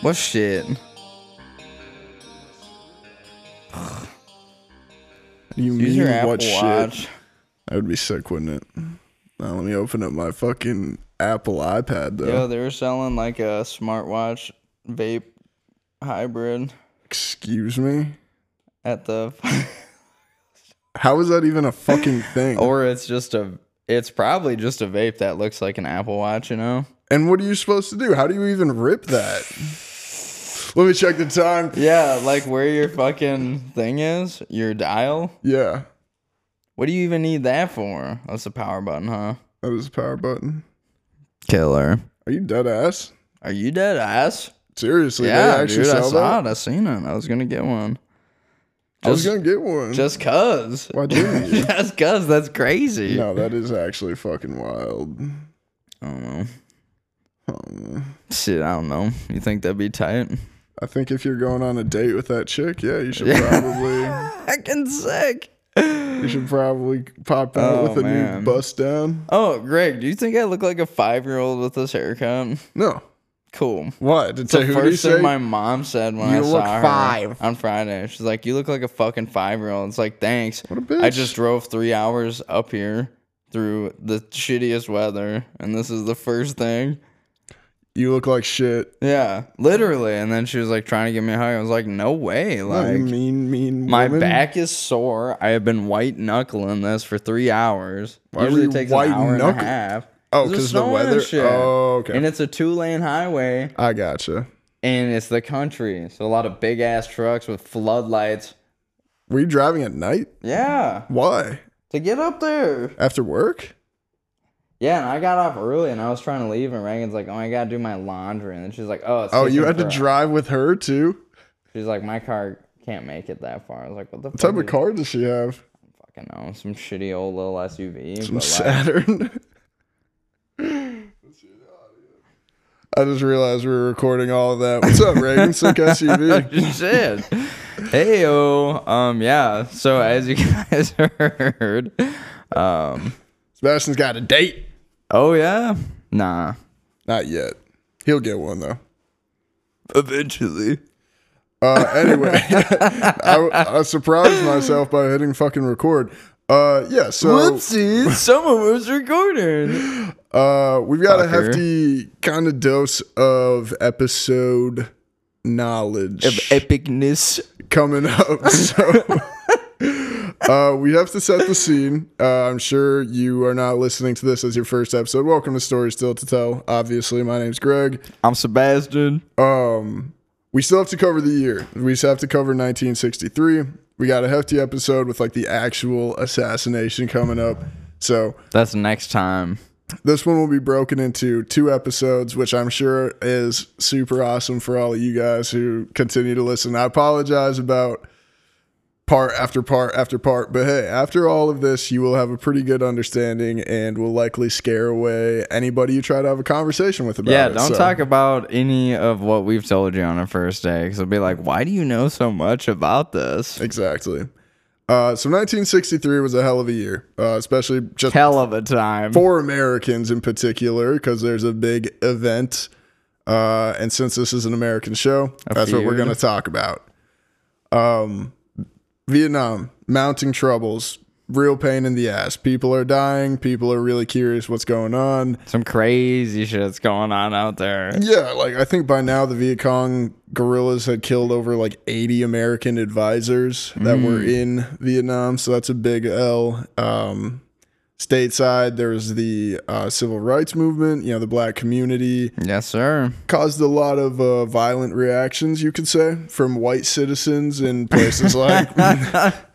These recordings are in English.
What shit? You Use mean your Apple what shit? Watch. That would be sick, wouldn't it? Now let me open up my fucking Apple iPad though. Yo, they were selling like a smartwatch vape hybrid Excuse me. at the. How is that even a fucking thing? or it's just a. It's probably just a vape that looks like an Apple Watch, you know? and what are you supposed to do? How do you even rip that? Let me check the time. Yeah, like where your fucking thing is, your dial. Yeah, What do you even need that for? That's the power button, huh? that was the power button. Killer. Are you dead ass? Are you dead ass? Seriously, they Yeah, actually dude, I sell saw that? it. I seen it. I was gonna get one. I was Just- gonna get one. Just cuz. Why didn't you? Just cuz. That's crazy. no, that is actually fucking wild. I don't know. Um, Shit, I don't know. You think that'd be tight? I think if you're going on a date with that chick, yeah, you should probably Fucking sick. you should probably pop out Oh, with a man. new bust down. Oh, Greg, do you think I look like a five year old with this haircut? No, Cool. what? Did It's the Tahuti first say? thing my mom said when I You saw look her five. on Friday. She's like, "You look like a fucking five year old." It's like, thanks. What a bitch. I just drove three hours up here through the shittiest weather, and this is the first thing. you look like shit. Yeah, literally. And then she was like trying to give me a hug. I was like, "No way!" Not you Like mean, mean. my woman. back is sore. I have been white knuckling this for three hours. Why Usually were you it takes white an hour and a knuckle- half. Oh, It was because the snowing and weather. shit. Oh, okay. And it's a two lane highway. I gotcha. and it's the country. So a lot of big ass trucks with floodlights. Were you driving at night? Yeah, Why? to get up there. After work? Yeah, and I got off early and I was trying to leave, and Reagan's like, "Oh, I gotta do my laundry," and then she's like, "Oh, it's Oh, you taking had to forever." drive with her too. She's like, "My car can't make it that far." I was like, "What the What type fuck?" of is- car does she have? Fucking know, some shitty old little SUV. Some but like, Saturn. I just realized we were recording all of that. What's up, Reagan? Sick SUV. shit. Hey um, yeah. So as you guys heard, um, Sebastian's got a date. oh yeah, nah, Not yet. He'll get one though. eventually. Uh, anyway, I, I surprised myself by hitting fucking record. Uh, yeah. So Whoopsie, someone was recording. uh, we've got a Fucker. hefty kind of dose of episode knowledge. Epicness. coming up. So uh, we have to set the scene. Uh, I'm sure you are not listening to this as your first episode. Welcome to Stories Still to Tell. Obviously, my name's Greg. I'm Sebastian. Um, we still have to cover the year. We just have to cover 1963. We got a hefty episode with like the actual assassination coming up. So That's next time. this one will be broken into two episodes, which I'm sure is super awesome for all of you guys who continue to listen. I apologize about part after part after part, but hey, after all of this, you will have a pretty good understanding and will likely scare away anybody you try to have a conversation with about Yeah, it. don't So, talk about any of what we've told you on our first day because I'll be like, why do you know so much about this? Exactly. Uh, so 1963 was a hell of a year, uh, especially just Hell of a time. for Americans in particular, because there's a big event. Uh, and since this is an American show, that's what we're feud. going to talk about. Um, Vietnam, mounting troubles, real pain in the ass. People are dying. People are really curious what's going on. Some crazy shit's going on out there. Yeah, like I think by now the Viet Cong guerrillas had killed over like 80 American advisors that were in Vietnam, so that's a big L. Um, stateside, there was the uh, civil rights movement. You know, the black community Yes, sir. caused a lot of uh, violent reactions, you could say, from white citizens in places like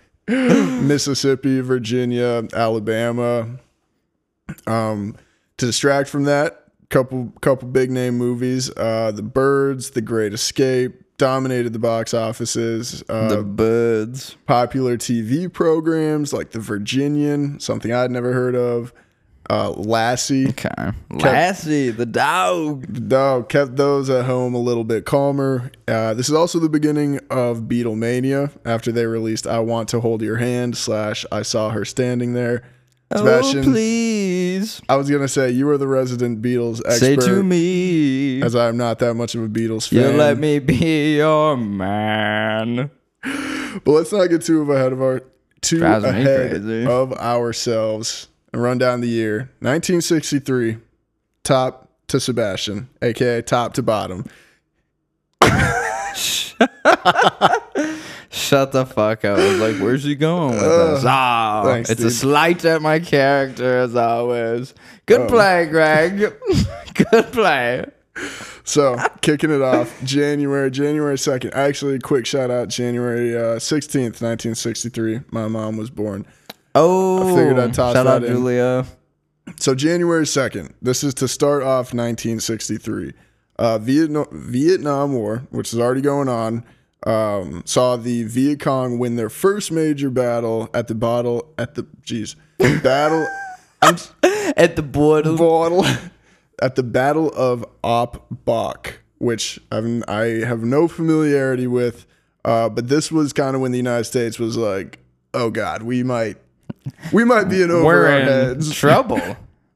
Mississippi, Virginia, Alabama. Um, to distract from that, couple couple big name movies, uh, The Birds, The Great Escape, dominated the box offices. Uh, The buds. popular TV programs like The Virginian, something I'd never heard of. Uh, Lassie, Okay. Lassie, the dog. no, kept those at home a little bit calmer. Uh, this is also the beginning of Beatlemania after they released "I Want to Hold Your Hand" slash "I Saw Her Standing There." Oh, Sebastian. please I was gonna say you are the resident Beatles expert. say to me, as I'm not that much of a Beatles fan. you let me be your man. But let's not get too ahead of our too Drives me ahead crazy. of ourselves and run down the year 1963, top to Sebastian, aka top to bottom. Shut the fuck up. I was like, where's he going with this? Ah, thanks, it's a dude. slight at my character as always. Oh. Good play, Greg. Good play. So kicking it off, January, January 2nd. Actually, quick shout out, January uh, 16th, 1963. My mom was born. Oh, figured I'd toss shout out that in. Julia. So January 2nd, this is to start off 1963. Uh, Vietnam, Vietnam War, which is already going on, um, saw the Viet Cong win their first major battle at the bottle at the jeez battle I'm, s- At the border. bottle at the Battle of Op Bok, which I'm, I have no familiarity with. Uh, but this was kind of when the United States was like, "Oh God, we might, we might be in over We're our in heads." trouble.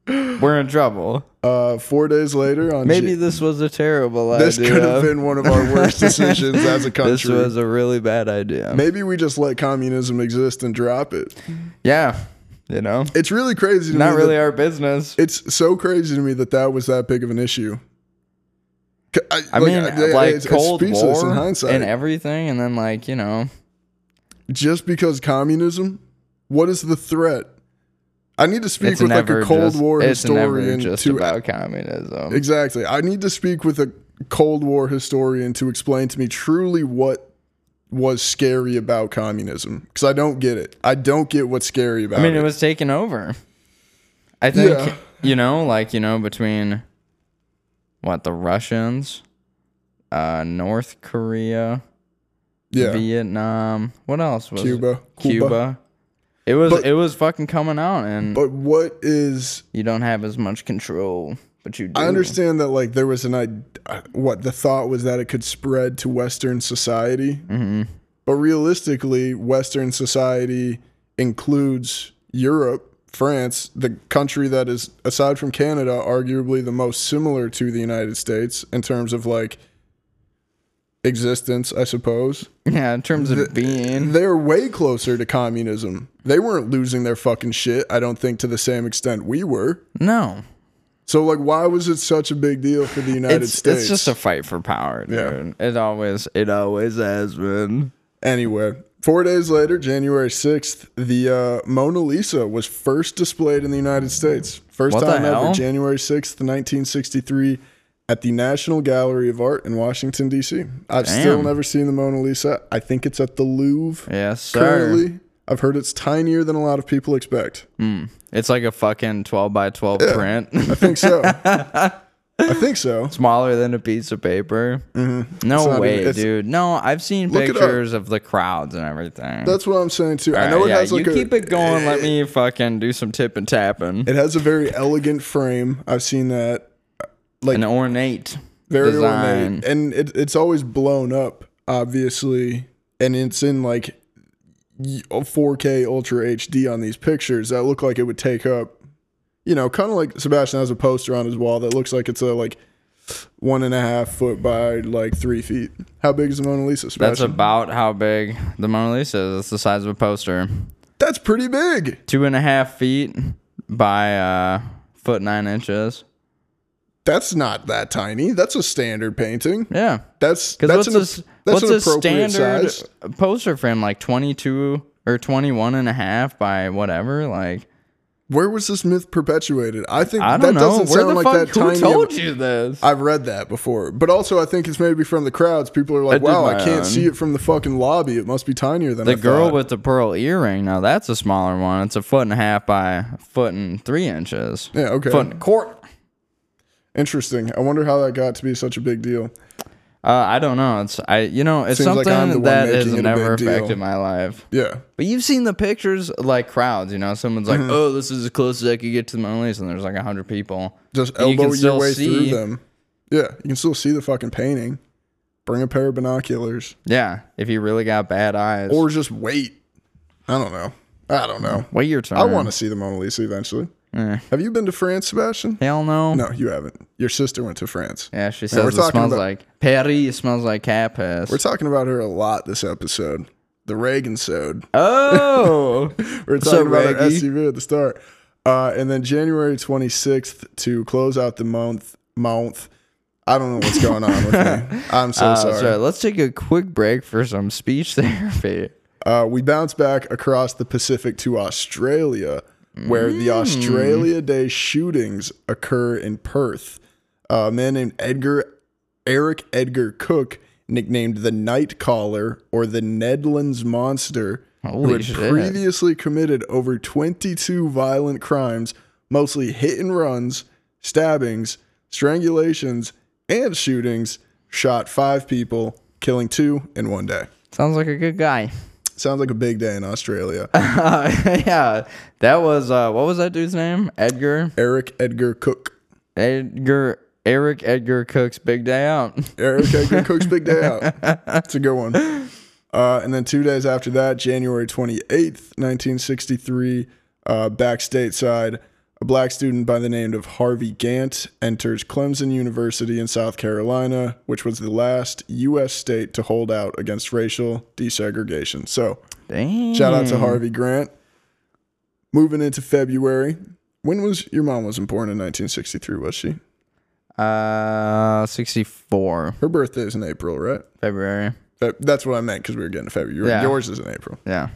We're in trouble. Uh, four days later, on Maybe Jan- this was a terrible This idea. could have been one of our worst decisions as a This country. was a really bad idea. Maybe we just let communism exist and drop it. Yeah, you know, It's really crazy. To not me really That, our business. it's so crazy to me that that was that big of an issue. C- I, I like, mean, I- like it's- it's Cold speechless War in hindsight. and everything, and then like you know, just because communism, what is the threat? I need to speak it's with like never a Cold just, War it's never historian just to about communism. exactly. I need to speak with a Cold War historian to explain to me truly what was scary about communism because I don't get it. I don't get what's scary about I mean, it. it was taken over. I think Yeah. you know, like you know, between what the Russians, uh, North Korea, yeah, Vietnam. What else was it? Cuba, Cuba. It was But- it was fucking coming out, and But what is? you don't have as much control, but you do. I understand that like there was an I what the thought was that it could spread to Western society, Mm-hmm. but realistically, Western society includes Europe, France, the country that is aside from Canada, arguably the most similar to the United States in terms of like existence, I suppose. Yeah, in terms of being. They're way closer to communism. They weren't losing their fucking shit, I don't think, to the same extent we were. No, So like, why was it such a big deal for the United it's States? it's just a fight for power, dude. It always it always has been. anyway. Four days later, January sixth, the uh, Mona Lisa was first displayed in the United States. First What the time ever, hell? January sixth, nineteen sixty-three, at the National Gallery of Art in Washington D.C. I've still Damn. never seen the Mona Lisa. I think it's at the Louvre Yes, sir. currently. I've heard it's tinier than a lot of people expect. It's like a fucking twelve by twelve I print, think so. I think so. smaller than a piece of paper. No not way, even- Mm-hmm. it's- dude. No, I've seen Look it up. pictures of the crowds and everything. That's what I'm saying too. I All know right, it yeah, has like you a eh. keep it going. Let me fucking do some tip and tapping. It has a very elegant frame. I've seen that An ornate very design. ornate, and it, it's always blown up, obviously, and it's in like y- 4K Ultra HD on these pictures that look like it would take up, you know, kind of like Sebastian has a poster on his wall that looks like it's a like one and a half foot by like three feet. How big is the Mona Lisa? That's Sebastian? about how big the Mona Lisa is. It's the size of a poster. That's pretty big. Two and a half feet by uh foot nine inches. That's not that tiny. That's a standard painting. Yeah. That's Because that's what's an, a, that's s- an what's a appropriate standard size. poster frame? Like 22 or 21 and a half by whatever? Like, Where was this myth perpetuated? I think I that don't know. doesn't Where sound the like fuck? that Who tiny. told of- you this? I've read that before, but also I think it's maybe from the crowds. People are like, did "Wow, my I can't own. see it from the fucking lobby. It must be tinier than The I girl thought." with the pearl earring. Now, that's a smaller one. It's a foot and a half by a foot and three inches. Yeah, okay. Foot and quart. Interesting. I wonder how that got to be such a big deal. Uh, I don't know. It's I. You know, it's Seems like I'm the something one that making has it a never big deal. affected my life. Yeah, But you've seen the pictures, like crowds. You know, someone's Mm-hmm. like, "Oh, this is as close as I could get to the Mona Lisa," and there's like hundred people. just And you can elbow still your way see- through them. Yeah, you can still see the fucking painting. Bring a pair of binoculars, Yeah, if you really got bad eyes, or just wait. I don't know. I don't know. Wait your turn. I want to see the Mona Lisa eventually. Eh. Have you been to France, Sebastian? Hell no. No, you haven't. Your sister went to France. Yeah, she we're says it talking smells about- like Paris. Smells like cat piss. We're talking about her a lot this episode. The Reagan Sode. oh, We're talking up, about our Reggie? SUV at the start. Uh, and then January 26th to close out the month. Month. I don't know what's going on with me. I'm so Uh, sorry. sorry. Let's take a quick break for some speech therapy. Uh, we bounce back across the Pacific to Australia, where the Hmm. Australia Day shootings occur in Perth. A man named Edgar Eric Edgar Cook, nicknamed the Night Caller or the Nedlands Monster, Holy who had shit. previously committed over 22 violent crimes, mostly hit and runs, stabbings, strangulations, and shootings, shot five people, killing two in one day. Sounds like a good guy. Sounds like a big day in Australia. Uh, yeah, that was uh, what was that dude's name? Edgar, Eric Edgar Cook. Edgar, Eric Edgar Cook's big day out. Eric Edgar Cook's big day out. It's a good one. Uh, and then two days after that, January 28th, 1963, uh, back stateside, a black student by the name of Harvey Gantt enters Clemson University in South Carolina, which was the last U.S. state to hold out against racial desegregation. So, Damn. shout out to Harvey Grant. Moving into February, when was your mom wasn't born in 1963, was she? Uh, sixty-four Her birthday is in April, right? February. That- That's what I meant because we were getting to February. Your- Yeah. Yours is in April. Yeah.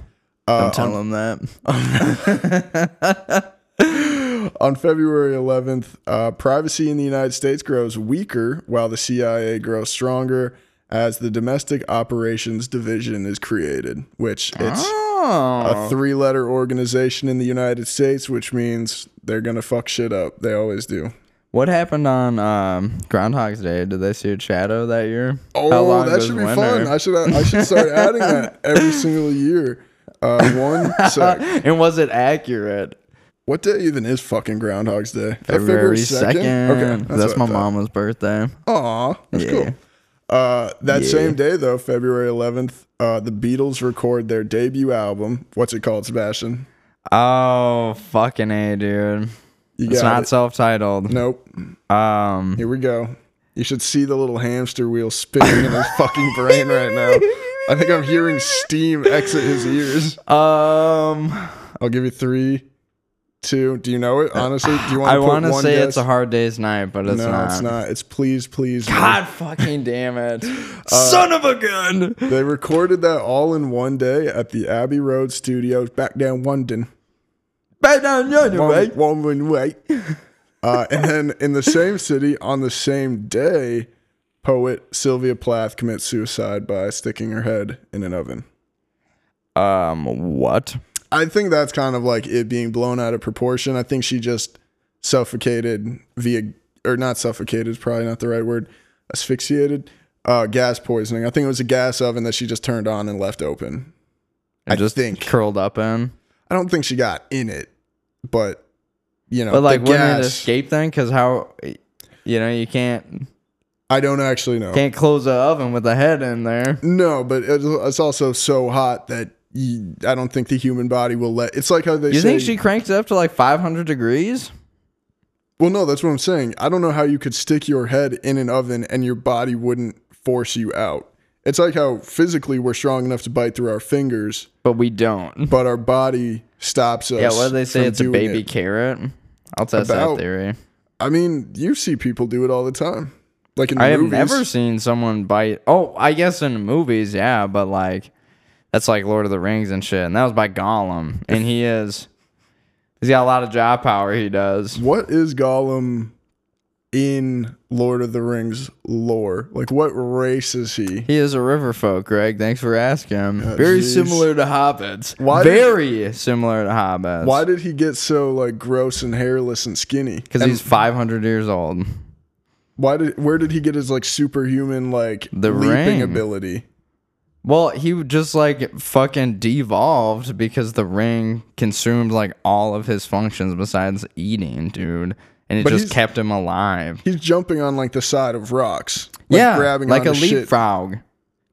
Uh, Don't tell him that. On February 11th, uh, privacy in the United States grows weaker while the CIA grows stronger as the Domestic Operations Division is created, which it's Oh. a three letter organization in the United States, which means they're going to fuck shit up. They always do. What happened on um, Groundhog's Day? Did they shoot Shadow that year? How Oh, long that does should be winter- fun. I should, I should start adding that every single year. Uh, one sec. and was it accurate? What day even is fucking Groundhog's Day? Is that February second. Okay, that's, what I my thought. mama's birthday. Aw, that's Yeah. cool. Uh, that same day, though, February 11th, uh, the Beatles record their debut album. What's it called, Sebastian? Oh fucking a, dude. You It's got not it. self-titled. Nope. Um, Here we go. You should see the little hamster wheel spinning in his fucking brain right now. I think I'm hearing steam exit his ears. um, I'll give you three, two. Do you know it? Honestly, do you want? I to want to say it's a hard. hard day's night, but it's No, not. it's not. It's please, please. no. God fucking damn it! Son of a gun! They recorded that all in one day at the Abbey Road Studios back down London. Back down the other way. One one way. Uh, and then in the same city on the same day, poet Sylvia Plath commits suicide by sticking her head in an oven. Um, what? I think that's kind of like it being blown out of proportion. I think she just suffocated via, or not suffocated is probably not the right word, asphyxiated, uh, gas poisoning. I think it was a gas oven that she just turned on and left open. I just think. curled up in. I don't think she got in it, but you know, But like, the wouldn't it gas, escape then? Because how, you know, you can't I don't actually know. can't close the oven with a head in there. No, but it's it's also so hot that you, I don't think the human body will let. It's like how they You say. think she cranked it up to like 500 degrees? well, no, that's what I'm saying. I don't know how you could stick your head in an oven and your body wouldn't force you out. It's like how physically we're strong enough to bite through our fingers, But we don't. but our body stops us. Yeah, what do they say? from It's a doing baby it. carrot. I'll test About- that theory. I mean, you see people do it all the time, like in I have movies. never seen someone bite. Oh, I guess in movies, yeah, but like that's like Lord of the Rings and shit. And that was by Gollum, and he is he's got a lot of jaw power. He does. What is Gollum in Lord of the Rings lore? Like, what race is he? He is a river folk, Greg. Thanks for asking. Very jeez. similar to hobbits. Why did- Very similar to hobbits. Why did he get so like gross and hairless and skinny? Because And he's 500 years old. why did where did he get his like superhuman like The leaping ring. ability? Well, he would just like fucking devolved because the ring consumed like all of his functions besides eating, dude. And it But just he's- kept him alive. He's jumping on like the side of rocks. yeah, grabbing like a onto shit. leapfrog.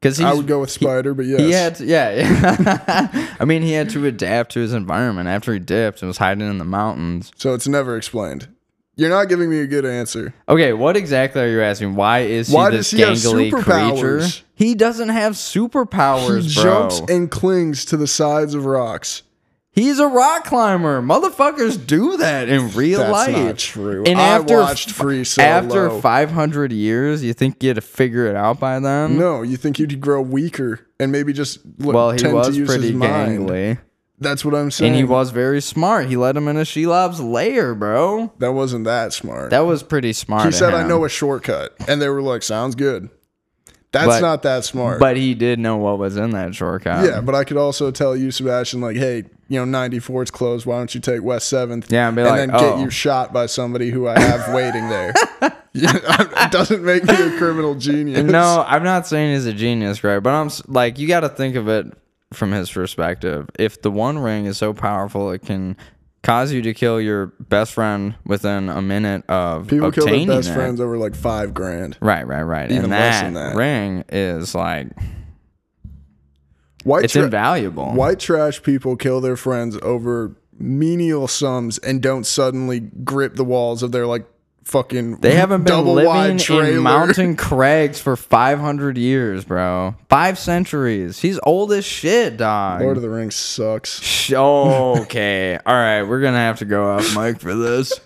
Because I would go with Spider, but yes. He had, to, yeah, yeah. I mean, he had to adapt to his environment after he dipped and was hiding in the mountains. so it's never explained. You're not giving me a good answer. Okay, what exactly are you asking? Why is he Why this does he have gangly creature? superpowers? He doesn't have superpowers, he bro. jumps and clings to the sides of rocks. He's a rock climber. Motherfuckers do that in real That's life. not true. And I after watched Free Solo. after 500 years, you think you'd figure it out by then? No, you think he'd grow weaker and maybe just look, well, he tend to was use pretty his mind. gangly. That's what I'm saying. And he was very smart. He let him into Shelob's lair, bro. that wasn't that smart. That was pretty smart. he of said, "I him. know a shortcut," and they were like, "Sounds good." That's But- not that smart. But um, he did know what was in that shortcut. yeah, but I could also tell you, Sebastian, like, "Hey, you know, 94's closed. Why don't you take West Seventh? Yeah, and be like, and then "Oh." get you shot by somebody who I have waiting there." Yeah, it doesn't make me a criminal genius. No, I'm not saying he's a genius, right? But I'm s- like, you got to think of it from his perspective. If the One Ring is so powerful, it can cause you to kill your best friend within a minute of people kill obtaining their best it. friends over like five grand. Right, right, right. Even and less that, than that. ring is like White it's tra- invaluable. White trash people kill their friends over menial sums and don't suddenly grip the walls of their like fucking They haven't been living double-wide trailer. in Mountain Craigs for 500 years, bro. Five centuries. He's old as shit, dog. Lord of the Rings sucks. Sh- okay. All right. We're going to have to go off mic for this.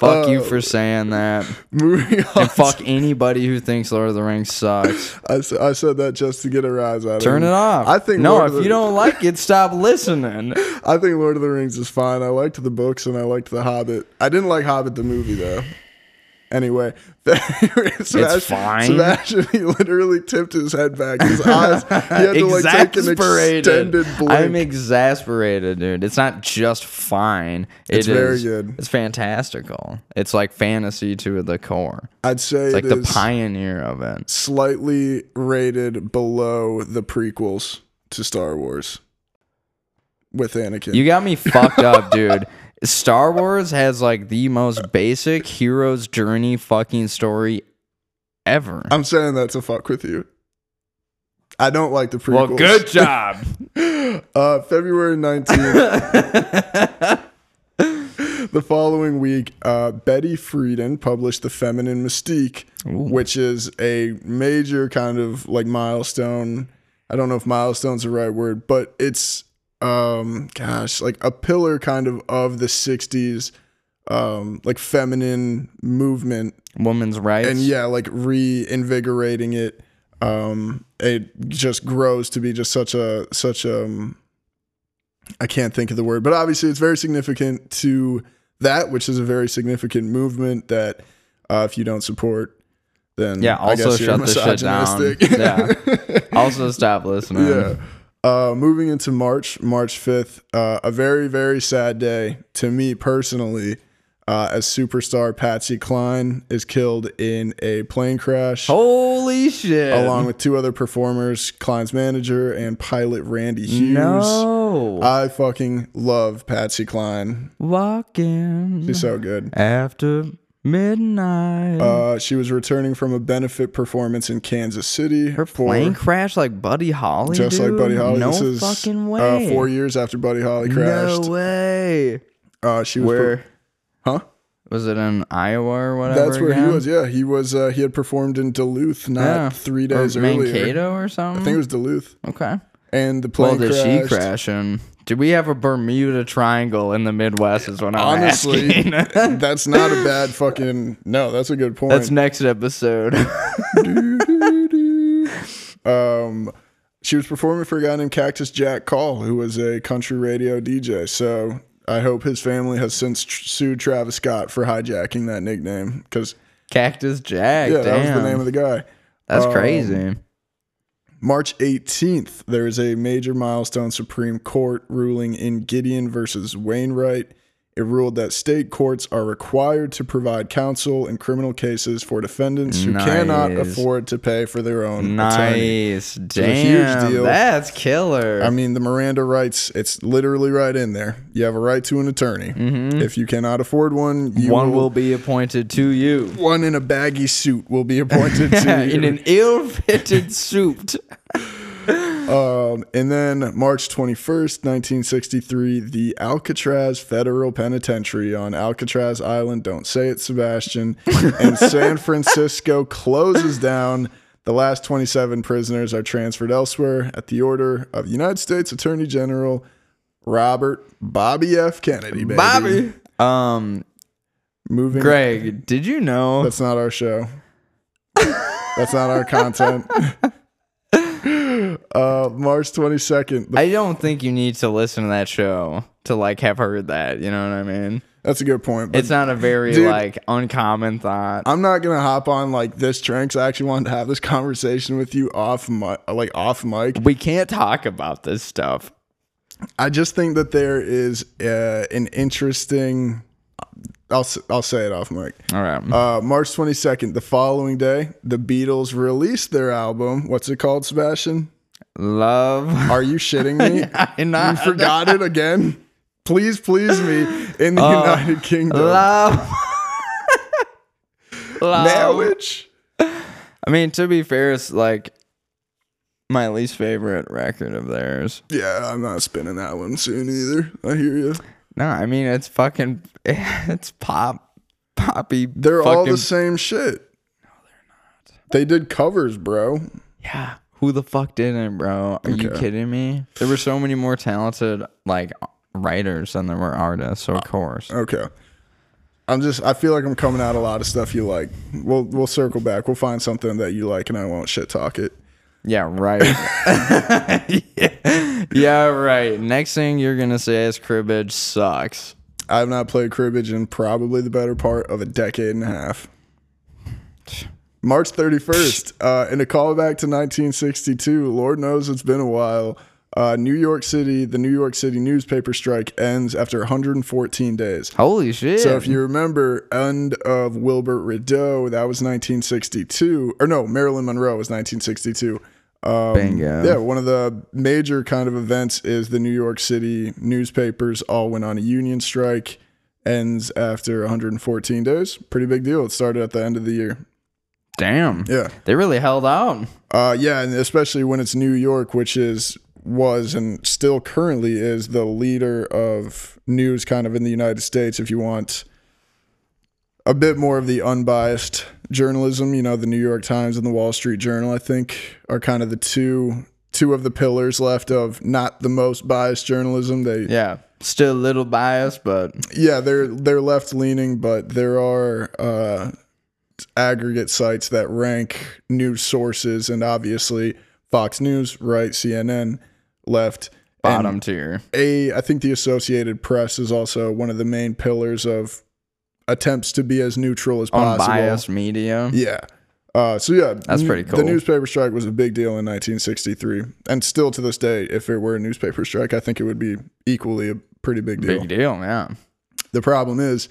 Fuck Uh, you for saying that. Moving on. Fuck anybody who thinks Lord of the Rings sucks. I, s- I said that just to get a rise out of Turn him. it off. I think no. Lord If of the- you don't like it, stop listening. I think Lord of the Rings is fine. I liked the books and I liked the Hobbit. I didn't like Hobbit the movie though. Anyway, Sebastian, fine. Sebastian, he literally tipped his head back. His eyes, he had to like take an Exasperated. extended blink. I'm exasperated, dude. It's not just fine. It It's very is- good. It's fantastical. It's like fantasy to the core. I'd say Like it the is- pioneer of it. slightly rated below the prequels to Star Wars with Anakin. You got me fucked up, dude. Star Wars has like the most basic hero's journey fucking story ever. I'm saying that to fuck with you. I don't like the prequels. well, good job. Uh, February 19th. the following week, uh, Betty Friedan published The Feminine Mystique, which is a major kind of like milestone. I don't know if milestone's the right word, but it's, um, gosh, like a pillar kind of of the 60s, um, like feminine movement Woman's rights. and yeah, like reinvigorating it. Um, it just grows to be just such a such um. I can't think of the word, but obviously it's very significant to that, which is a very significant movement that uh, if you don't support, then yeah, I also guess you're shut the shit down. misogynistic. yeah. Also stop listening. Yeah. Uh, moving into March, March 5th, uh, a very, very sad day to me personally, uh, as superstar Patsy Cline is killed in a plane crash Holy shit. along with two other performers, Cline's manager and pilot Randy Hughes. no. I fucking love Patsy Cline. Walking She's so Mm-hmm. good. after midnight. Uh, she was returning from a benefit performance in Kansas City. Her for- plane crashed like Buddy Holly. just like dude? Buddy Holly. No this is fucking Uh, way. four years after Buddy Holly no crashed. way. Uh, she was per- Where huh? was it in Iowa or whatever? That's where again? he was. Yeah, he was. Uh, he had performed in Duluth not Yeah. three Or days earlier. Mankato or I think something. it was Duluth, okay. and the Well, plane did crashed. she crash? And did we have a Bermuda Triangle in the Midwest? Is what I'm Honestly, asking. that's not a bad fucking. No, that's a good point. That's next episode. um, she was performing for a guy named Cactus Jack Call, who was a country radio DJ. So I hope his family has since tr- sued Travis Scott for hijacking that nickname because Cactus Jack. yeah, damn. that was the name of the guy. That's um, crazy. March 18th, there is a major milestone Supreme Court ruling in Gideon versus Wainwright. It ruled that state courts are required to provide counsel in criminal cases for defendants who cannot Nice. afford to pay for their own attorney. Nice. a huge Damn. deal. That's killer. I mean, the Miranda rights, it's literally right in there. You have a right to an attorney. If you cannot afford one, you Mm-hmm. One will be appointed to you. one in a baggy suit will be appointed to you. In an ill fitted suit. Um, and then March 21st, 1963, the Alcatraz Federal Penitentiary on Alcatraz Island, don't say it, Sebastian, in San Francisco closes down. The last 27 prisoners are transferred elsewhere at the order of United States Attorney General Robert Bobby F. Kennedy. Baby. Bobby. Um, Moving. Greg, did you know? That's not our show. That's not our content. uh, March 22nd. the I don't think you need to listen to that show to like have heard that. You know what I mean? That's a good point. But It's not a very Dude. like uncommon thought. Um, I'm not gonna hop on like this train 'cause I actually wanted to have this conversation with you off mi- like off mic. We can't talk about this stuff. I just think that there is uh, an interesting. I'll s- I'll say it off mic. All right. Uh, March 22nd, the following day, the Beatles released their album. What's it called, Sebastian? Love. Are you shitting me? I uh, you not forgot it again. Please please me in the United Kingdom. love. love. Marriage. I mean, to be fair, it's like my least favorite record of theirs. Yeah, I'm not spinning that one soon either. I hear you. No, I mean it's fucking it's pop poppy. They're all fucking- the same shit. No, they're not. They did covers, bro. Yeah. Who the fuck didn't, bro? Are you kidding me? There were so many more talented like writers than there were artists, so of course. Okay. I'm just I feel like I'm coming out a lot of stuff you like. We'll we'll circle back. We'll find something that you like and I won't shit talk it. Yeah, right. yeah. right. Next thing you're gonna say is cribbage sucks. I've not played cribbage in probably the better part of a decade and a half. March 31st, uh, in a callback to 1962, Lord knows it's been a while. Uh, New York City, the New York City newspaper strike ends after 114 days. Holy shit. So if you remember, end of Wilbert Rideau, that was 1962, or no, Marilyn Monroe was 1962. Um, Bingo. Yeah, one of the major kind of events is the New York City newspapers all went on a union strike, ends after 114 days. Pretty big deal. It started at the end of the year. Damn. Yeah. They really held out. Uh, yeah, and especially when it's New York, which is was and still currently is the leader of news kind of in the United States. If you want a bit more of the unbiased journalism, you know, the New York Times and the Wall Street Journal, I think, are kind of the two two of the pillars left of not the most biased journalism. They Yeah. Still a little biased, but yeah, they're they're left leaning, but there are uh, aggregate sites that rank news sources, and obviously Fox News, right, CNN, left, and bottom tier. a I think the Associated Press is also one of the main pillars of attempts to be as neutral as possible. Unbiased media. Yeah. Uh, so yeah, That's pretty The cool. newspaper strike was a big deal in 1963, and still to this day, if it were a newspaper strike, I think it would be equally a pretty big deal. Big deal, yeah. The problem is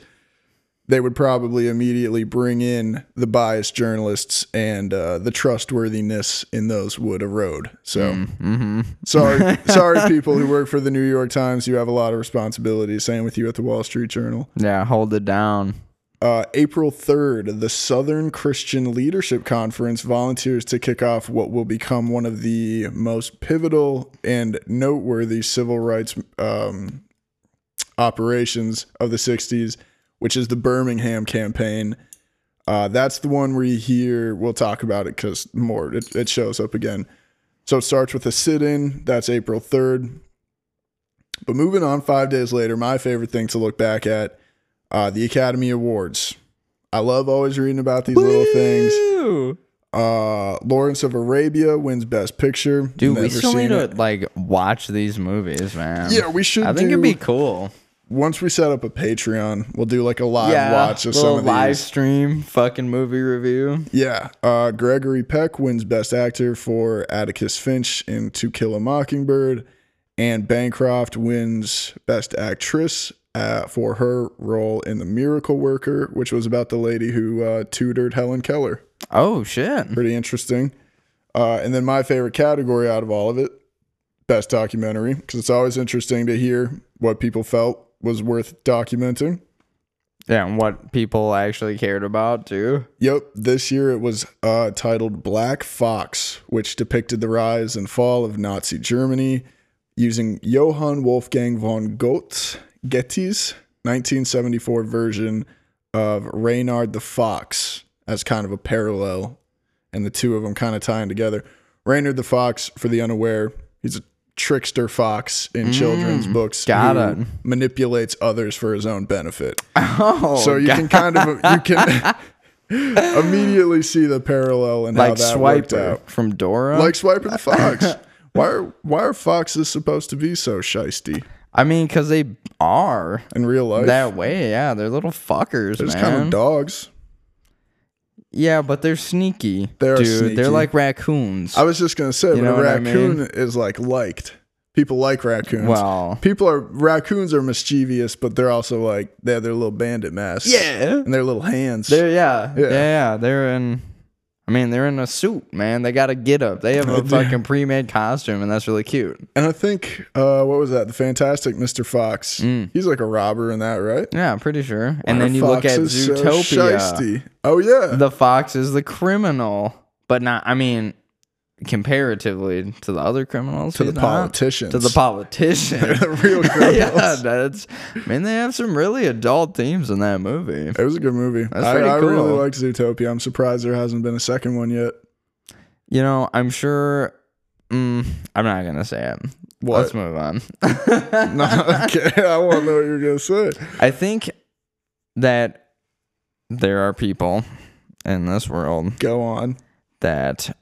they would probably immediately bring in the biased journalists and uh, the trustworthiness in those would erode. So Mm. Mm-hmm. sorry, sorry, people who work for the New York Times, you have a lot of responsibility. Same with you at the Wall Street Journal. Yeah, hold it down. Uh, April 3rd, the Southern Christian Leadership Conference volunteers to kick off what will become one of the most pivotal and noteworthy civil rights um, operations of the 60s, which is the Birmingham campaign. Uh, that's the one where you hear, we'll talk about it because more, it, it shows up again. So it starts with a sit in, that's April 3rd. But moving on, five days later, my favorite thing to look back at uh, the Academy Awards. I love always reading about these little things. Woo! Uh, Lawrence of Arabia wins Best Picture. Dude, we Never still need seen to it. like watch these movies, man. Yeah, we should. I think do, it'd be cool. once we set up a Patreon, we'll do like a live watch of some little of live these. stream, fucking movie review. Yeah, uh, Gregory Peck wins Best Actor for Atticus Finch in To Kill a Mockingbird, and Bancroft wins Best Actress uh, for her role in The Miracle Worker, which was about the lady who uh, tutored Helen Keller. Oh shit. Pretty interesting. Uh, and then my favorite category out of all of it, best documentary, because it's always interesting to hear what people felt was worth documenting. Yeah, and what people actually cared about too. Yep, this year it was uh, titled Black Fox, which depicted the rise and fall of Nazi Germany using Johann Wolfgang von Goethe, Goethe's 1974 version of Reynard the Fox as kind of a parallel, and the two of them kind of tying together. Reynard the Fox, for the unaware, he's a trickster fox in children's books Mm, got who it. manipulates others for his own benefit Oh, so you can kind of you can immediately see the parallel and how like that worked out. Swiper from Dora. Like Swiper the Fox. why are why are foxes supposed to be so shisty I mean, because they are in real life? that way. Yeah, they're little fuckers, They're just man. kind of dogs. yeah, but they're sneaky. They are dude. sneaky. They're like raccoons. I was just gonna say, but know a what I raccoon mean? is like liked. People like raccoons. Well. people are raccoons are mischievous, but they're also like they have their little bandit masks. yeah, and their little hands. they're yeah, Yeah. yeah, yeah. They're in. I mean, they're in a suit, man. They got a get up. They have a fucking pre-made costume, and that's really cute. and I think uh, what was that? The Fantastic Mr. Fox. Mm. He's like a robber in that, right? Yeah, I'm pretty sure. Mm. and then Our you look fox at is so Zootopia. shisty. oh yeah, the fox is the criminal, but not. I mean, comparatively to the other criminals, to the he's not. politicians, to the politician. the real criminals. yeah, that's. I mean, they have some really adult themes in that movie. It was a good movie. I, pretty I really cool. liked Zootopia. I'm surprised there hasn't been a second one yet. You know, I'm sure. Mm, I'm not gonna say it. What? Let's move on. no, okay, I want to know what you're gonna say. I think that there are people in this world Go on. that,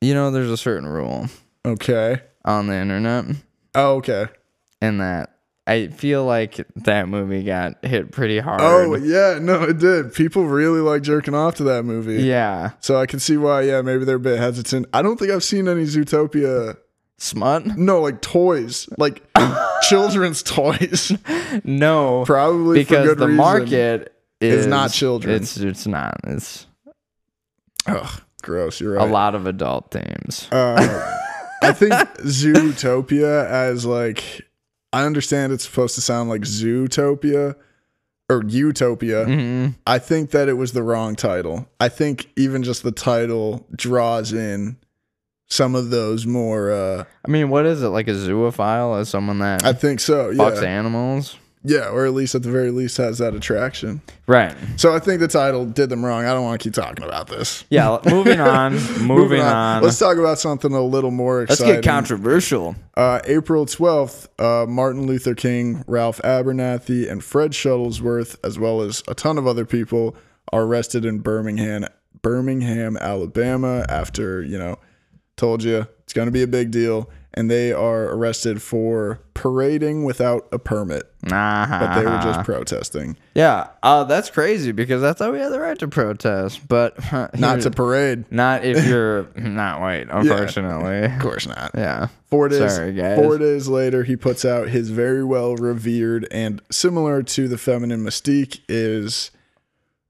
you know, there's a certain rule Okay. on the internet Oh, okay. and that I feel like that movie got hit pretty hard. Oh, yeah. No, it did. People really like jerking off to that movie. yeah. So I can see why. Yeah, maybe they're a bit hesitant. I don't think I've seen any Zootopia. Smut? No, like toys, like children's toys. No. Probably for because good the reason. market is, is not children. It's it's not. It's Ugh, gross. You're right. a lot of adult themes. Uh, I think Zootopia as like I understand it's supposed to sound like Zootopia or Utopia. Mhm. I think that it was the wrong title. I think even just the title draws in some of those more uh I mean, what is it like a zoophile? Is someone that I think so. fucks Yeah. animals? Yeah, or at least at the very least has that attraction. Right. So I think the title did them wrong. I don't want to keep talking about this. Yeah. moving on. Moving, on. Let's talk about something a little more Let's exciting. get controversial. Uh, April 12th, uh, Martin Luther King, Ralph Abernathy, and Fred Shuttlesworth, as well as a ton of other people, are arrested in Birmingham, Birmingham, Alabama. After you know, told you it's going to be a big deal, and they are arrested for parading without a permit, but Nah. they were just protesting, Yeah. Uh, that's crazy because I thought we had the right to protest, but not to parade. Not if you're not white, unfortunately. Of course not. Yeah. Four days, Sorry, guys. four days later, he puts out his very well revered and similar to the feminine mystique is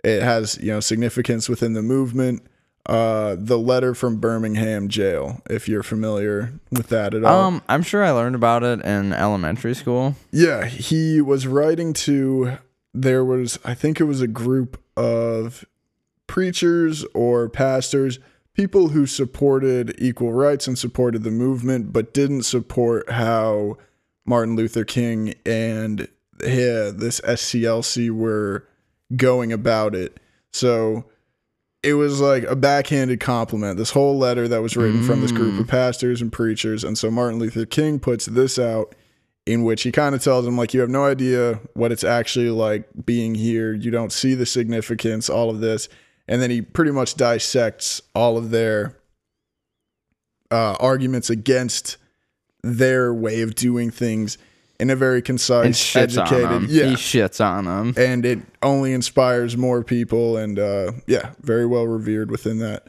it has you know significance within the movement. Uh, the letter from Birmingham jail, if you're familiar with that at all. Um, I'm sure I learned about it in elementary school. Yeah, he was writing to there was I think it was a group of preachers or pastors, people who supported equal rights and supported the movement but didn't support how Martin Luther King and yeah, this SCLC were going about it. So it was like a backhanded compliment. This whole letter that was written from this group of pastors and preachers, and so Martin Luther King puts this out, in which he kind of tells him like, "You have no idea what it's actually like being here. You don't see the significance, all of this." And then he pretty much dissects all of their uh, arguments against their way of doing things in a very And concise, shits educated, on them. yeah, He shits on them. and it only inspires more people and uh yeah very well revered within that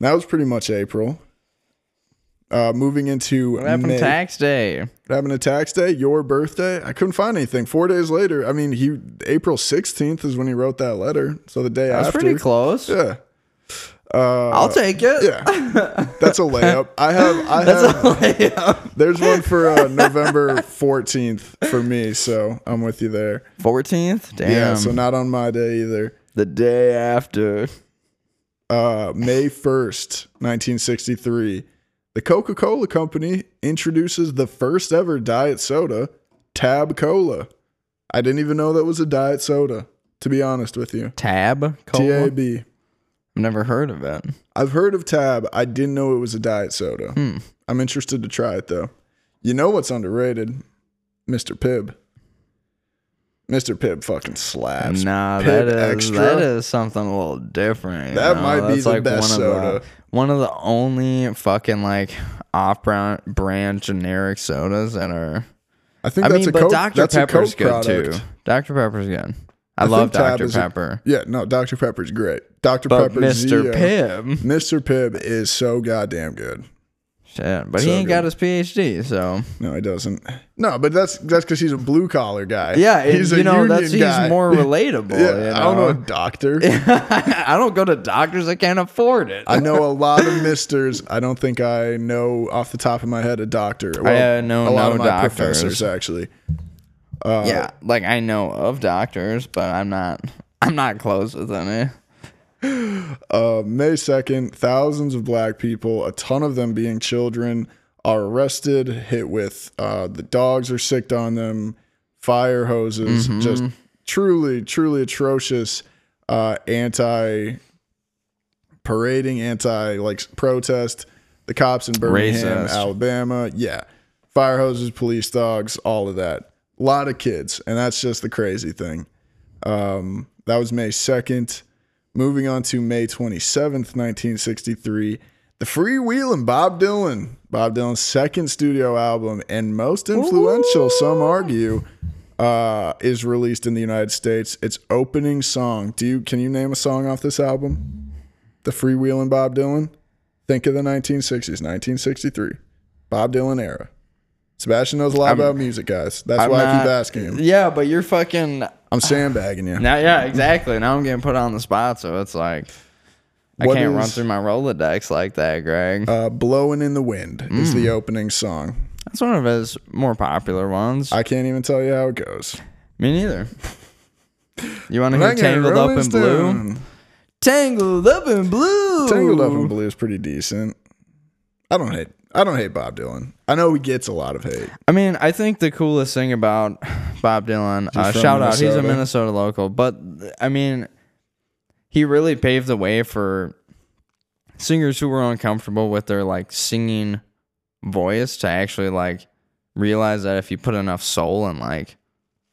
that was pretty much april Uh, moving into What happened May. tax day? What happened to tax day? Your birthday? I couldn't find anything. Four days later, I mean, he April sixteenth is when he wrote that letter. So the day That's after, pretty close. Yeah, I'll take Uh, it. yeah, that's a layup. I have, I have. there's one for uh, November fourteenth for me, so I'm with you there. 14th? Damn. Yeah, so not on my day either. the day after. Uh, May first, nineteen sixty three, the Coca Cola Company introduces the first ever diet soda, Tab Cola. I didn't even know that was a diet soda. To be honest with you, Tab? T Cola? A I've B. never heard of it. I've heard of Tab. I didn't know it was a diet soda. Hmm. I'm interested to try it though. You know what's underrated? Mr. Pibb. Mr. Pibb fucking slaps. Nah, Pibb that is extra. that is something a little different. you That know? might be the best one soda. Of the, one of the only fucking like off brand brand generic sodas that are. I think I that's mean, a but Coke. Dr that's Pepper's a good Coke product. too. Dr Pepper's good. I, I love think Tab Dr is a- Pepper, Yeah, no, Dr. Pepper's great. Dr. but Pepper Mr. Zero. Pibb, Mr. Pibb is so goddamn good. shit, but So he ain't got good. his PhD, so No, he doesn't. No, but that's that's because he's a blue collar guy. yeah, and, he's you a know union that's guy. he's more relatable. Yeah, you I don't know a doctor. I don't go to doctors. I can't afford it. I know a lot of misters. I don't think I know off the top of my head a doctor. Well, uh, know a lot no of my doctors. professors actually. Oh. yeah, like I know of doctors, but I'm not. I'm not close with any. Uh, May 2nd, thousands of black people, a ton of them being children, are arrested, hit with uh, the dogs are sicked on them, fire hoses, just truly, truly atrocious uh, anti parading, anti like protest. The cops in Birmingham, Racist. Alabama. Yeah. Fire hoses, police dogs, all of that. A lot of kids. And that's just the crazy thing. Um, that was May 2nd. Moving on to May 27th, 1963, the freewheeling Bob Dylan, Bob Dylan's second studio album and most influential, some argue, uh, is released in the United States. Its opening song. Do you can you name a song off this album? The freewheeling Bob Dylan. Think of the 1960s, 1963, Bob Dylan era. Sebastian knows a lot about music, guys. That's I'm why I not- keep asking him. Yeah, but you're fucking. I'm sandbagging you. Now, yeah, exactly. Now I'm getting put on the spot, so it's like I What can't run is- through my Rolodex like that, Greg. Uh, Blowing in the Wind is Hmm. the opening song. That's one of his more popular ones. I can't even tell you how it goes. Me neither. You want to hear "Tangled Up in Blue"? Tangled up in blue. Tangled Up in Blue is pretty decent. I don't hate. I don't hate Bob Dylan. I know he gets a lot of hate. I mean, I think the coolest thing about Bob Dylan, uh, from shout out, he's a Minnesota. Minnesota local, but I mean, he really paved the way for singers who were uncomfortable with their like singing voice to actually like realize that if you put enough soul and like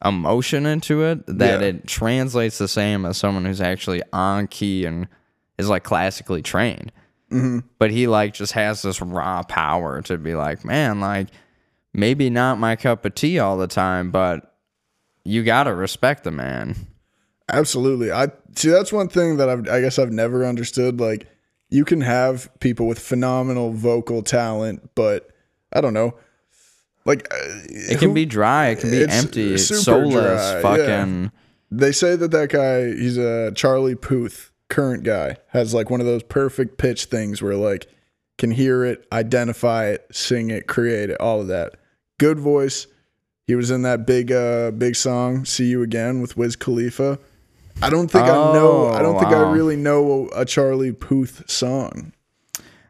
emotion into it, that Yeah. it translates the same as someone who's actually on key and is like classically trained. Mm-hmm. But he like just has this raw power to be like, man, like maybe not my cup of tea all the time, but you gotta respect the man. Absolutely. I see. That's one thing that I've, I guess I've never understood. Like, you can have people with phenomenal vocal talent, but I don't know. Like, uh, It can be dry, it can be it's empty, it's super soulless, dry, yeah. fucking. They say that that guy, he's a Charlie Puth, current guy, has like one of those perfect pitch things where like can hear it, identify it, sing it, create it, all of that. Good voice. He was in that big uh big song "See You Again" with Wiz Khalifa. I don't think I know. I don't Oh, think wow. I really know a, a Charlie Puth song.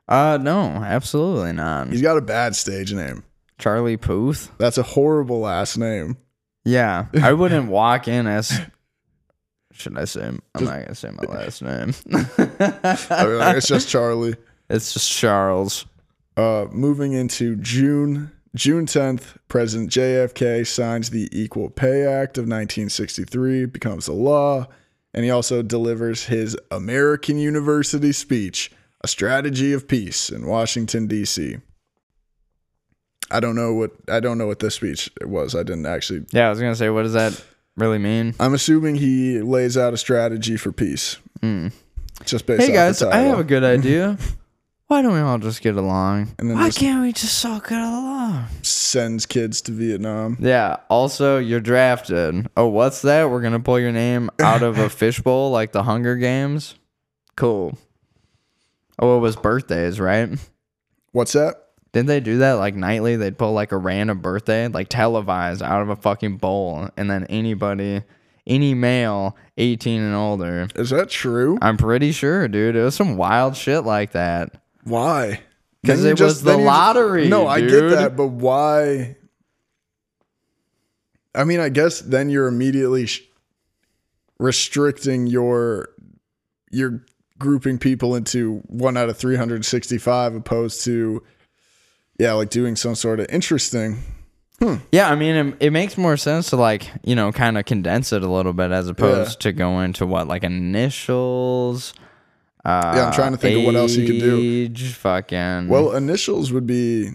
Uh, no, absolutely not. He's got a bad stage name. Charlie Puth. That's a horrible last name. Yeah, I wouldn't walk in as. Should I say? I'm not gonna say my last name. I mean, like, it's just Charlie. it's just Charles. Uh, moving into June, June 10th, President JFK signs the Equal Pay Act of 1963, becomes a law, and he also delivers his American University speech, A Strategy of Peace in Washington D.C. I don't know what I don't know what this speech was. I didn't actually. Yeah, I was gonna say, what does that really mean? I'm assuming he lays out a strategy for peace. Just based Hmm. Hey off guys, the I title. have a good idea. Why don't we all just get along? And then Why just- can't we just all get along? Sends kids to Vietnam. Yeah. Also, you're drafted. Oh, what's that? We're gonna pull your name out of a fishbowl like the Hunger Games. Cool. Oh, it was birthdays, right? What's that? Didn't they do that like nightly? They'd pull like a random birthday, like televised out of a fucking bowl, and then anybody, any male, eighteen and older. Is that true? I'm pretty sure, dude. It was some wild shit like that. Why? 'Cause Then you it was the then you lottery, no, I get dude. that, but why? I mean, I guess then you're immediately sh- restricting your you're grouping people into one out of 365 opposed to yeah like doing some sort of interesting Yeah, I mean, it, it makes more sense to like you know kind of condense it a little bit as opposed to go into what like initials. Uh, Yeah, I'm trying to think of what else you could do. age, Fucking well, well initials would be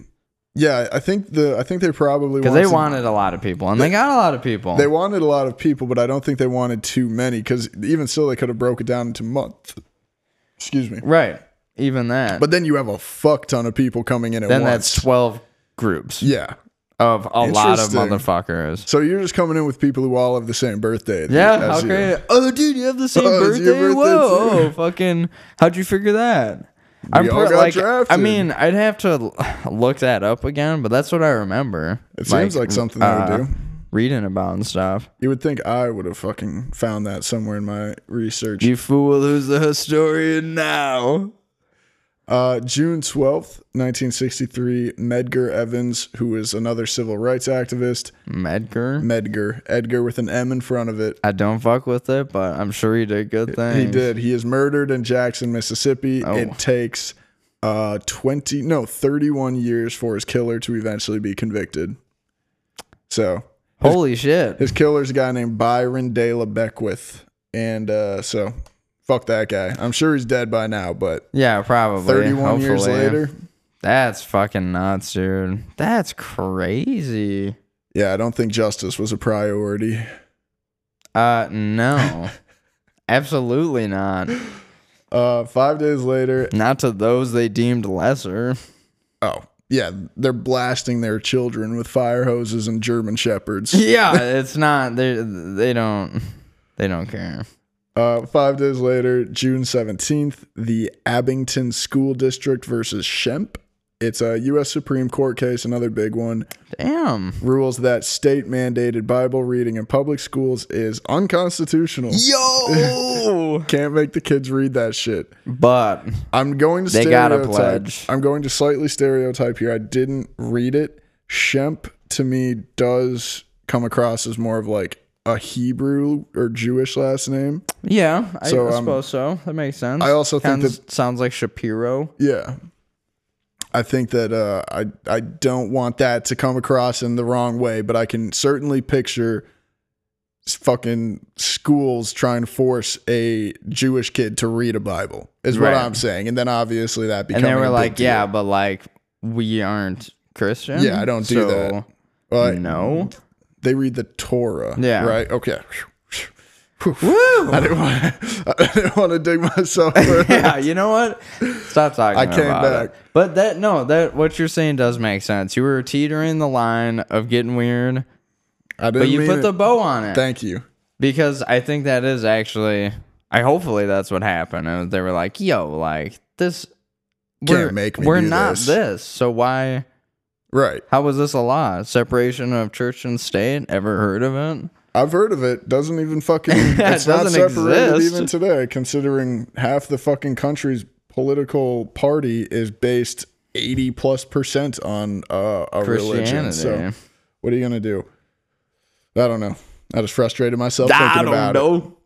yeah i think the i think they probably because they wanted- wanted a lot of people, and they, got a lot of people. They wanted a lot of people, but I don't think they wanted too many because even still, they could have broke it down into month. Excuse me. right, even that. But then you have a fuck ton of people coming in at then once. that's 12 groups yeah. of a lot of Interesting. motherfuckers. So you're just coming in with people who all have the same birthday. th- Yeah, as how you. great. Oh, dude, you have the same Oh, it's birthday? your birthday Whoa, too. oh, fucking. How'd you figure that? I'm all pre- got like, I drafted. mean, I'd have to l- look that up again, but that's what I remember. It seems like something I would uh, do. Reading about and stuff. You would think I would have fucking found that somewhere in my research. You fool, who's the historian now? Uh, June 12th, 1963, Medgar Evans, who is another civil rights activist, Medgar? Medgar, Edgar with an M in front of it, I don't fuck with it, but I'm sure he did good things. He did. He is murdered in Jackson, Mississippi. Oh. It takes uh 20 no 31 years for his killer to eventually be convicted. So Holy shit. his killer's a guy named Byron De La Beckwith. And uh so fuck that guy. I'm sure he's dead by now, but Yeah, probably. 31 years hopefully. later. That's fucking nuts, dude. That's crazy. Yeah, I don't think justice was a priority. Uh, no. Absolutely not. Uh five days later, Not to those they deemed lesser. oh yeah, they're blasting their children with fire hoses and German shepherds. Yeah, it's not. They they don't they don't care. Uh, five days later, June 17th, the Abington School District versus Shemp. It's a U.S. Supreme Court case, another big one. Damn. Rules that state mandated Bible reading in public schools is unconstitutional. Yo. Can't make the kids read that shit. but I'm going to They gotta stereotype. pledge. I'm going to slightly stereotype here. I didn't read it. Shemp to me does come across as more of like a Hebrew or Jewish last name. yeah, I, So, I um, suppose so. That makes sense. I also think Sounds- sounds like Shapiro. Yeah. I think that uh, I I don't want that to come across in the wrong way, but I can certainly picture s- fucking schools trying to force a Jewish kid to read a Bible is Right. what I'm saying, and then obviously that And becoming they a were big like, deal. "Yeah, but like we aren't Christian." Yeah, I don't do that. so But No. they read the Torah, Yeah. right? Okay, Woo! I didn't want I didn't want to dig myself. further. yeah, you know what? Stop talking. I came about back. It. But that no, that what you're saying does make sense. You were teetering the line of getting weird, I didn't but you mean put it. the bow on it Thank you. because I think that is actually, I hopefully that's what happened. And they were like, "Yo, like this, Can't we're, make me we're do not this." So why? Right, How was this a law? Separation of church and state? Ever heard of it? I've heard of it. Doesn't even fucking. it's not doesn't separated exist. even today, considering half the fucking country's political party is based eighty plus percent on uh, a religion. Christianity. So what are you gonna do? I don't know. I just frustrated myself I thinking don't about it. know.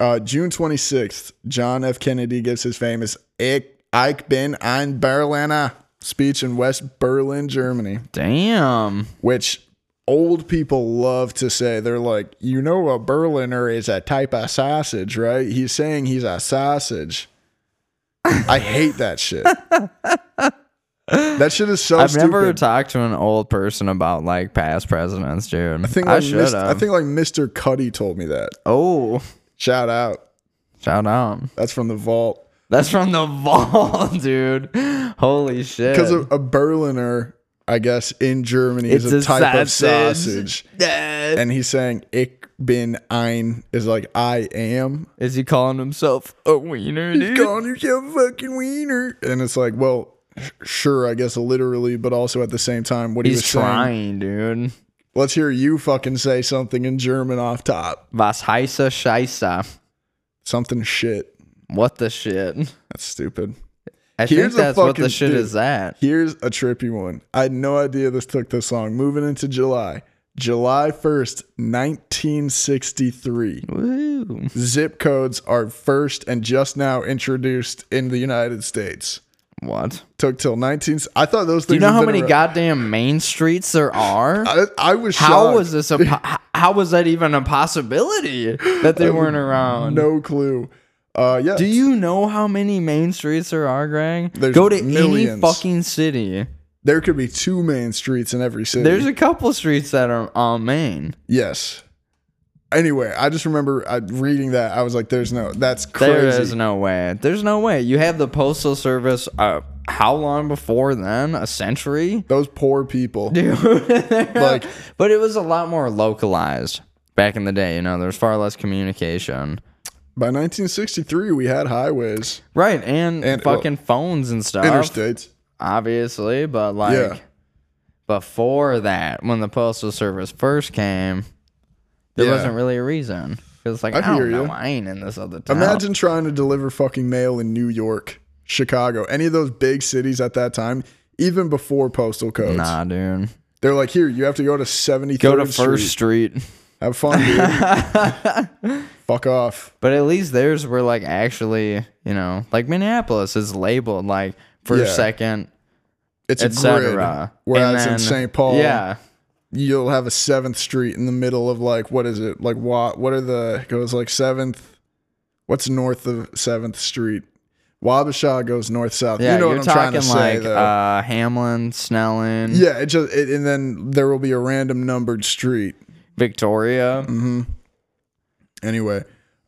Uh, June twenty sixth, John F. Kennedy gives his famous "Ich, ich bin ein Berliner" speech in West Berlin, Germany Damn. which old people love to say. They're like, you know, a Berliner is a type of sausage, right? He's saying he's a sausage. I hate that shit. that shit is so I've stupid. never talked to an old person about like past presidents, dude. I I think think I like should Mr. have. I think like Mr. Cuddy told me that. oh, Shout out. shout out. That's from the vault. That's from the vault, dude. Holy shit. Because a, a Berliner, I guess, in Germany is a, type of sausage. Yeah. And he's saying ich bin ein is like I am. Is he calling himself a wiener, dude? Calling yourself a fucking wiener. And it's like, well, sh- sure, I guess literally, but also at the same time, what he He's was saying. trying, dude. Let's hear you fucking say something in German off top. Was heiße Scheiße. Something shit. What the shit? That's stupid. I Here's think a that's what the fucking- shit dude. is at. Here's a trippy one. I had no idea this took this long. Moving into July. July 1st, 1963. Woo. Zip codes are first and just now introduced in the United States. What? Took till 19. I thought those Do things. you know have how been many around- goddamn main streets there are? I, I was How shocked. was this a po- h- how was that even a possibility that they weren't around? No clue. Uh, yeah. Do you know how many main streets there are, Greg? There's Go to any millions. fucking city. there could be two main streets in every city. There's a couple streets that are on Main. yes. Anyway, I just remember I, reading that. I was like, "There's no. That's crazy." There is no way. There's no way. You have the postal service. Uh, how long before then? A century, Those poor people. dude. Like- but it was a lot more localized back in the day. You know, there was far less communication. By 1963, we had highways, Right, and, And, well, fucking phones and stuff. interstates. obviously, but like Yeah. before that, when the postal service first came, there Yeah. wasn't really a reason. It's like I, I don't hear know, ya. I ain't in this other town. Imagine trying to deliver fucking mail in New York, Chicago, any of those big cities at that time, even before postal codes. nah, dude. They're like, here, you have to go to 73rd Go to Street. First Street. Have fun, dude. Fuck off. But at least theirs were like actually, you know, like Minneapolis is labeled like first, Yeah. second, It's a grid. etc. Whereas in St. Paul, yeah, you'll have a 7th Street in the middle of like, what is it? Like, what, what are the, it goes like 7th. What's north of 7th Street? Wabasha goes north south. yeah, you know are what I'm trying talking to say, like though. uh, Hamlin, Snellen, yeah, it just it, and then there will be a random numbered street. Victoria. Mm-hmm. Anyway,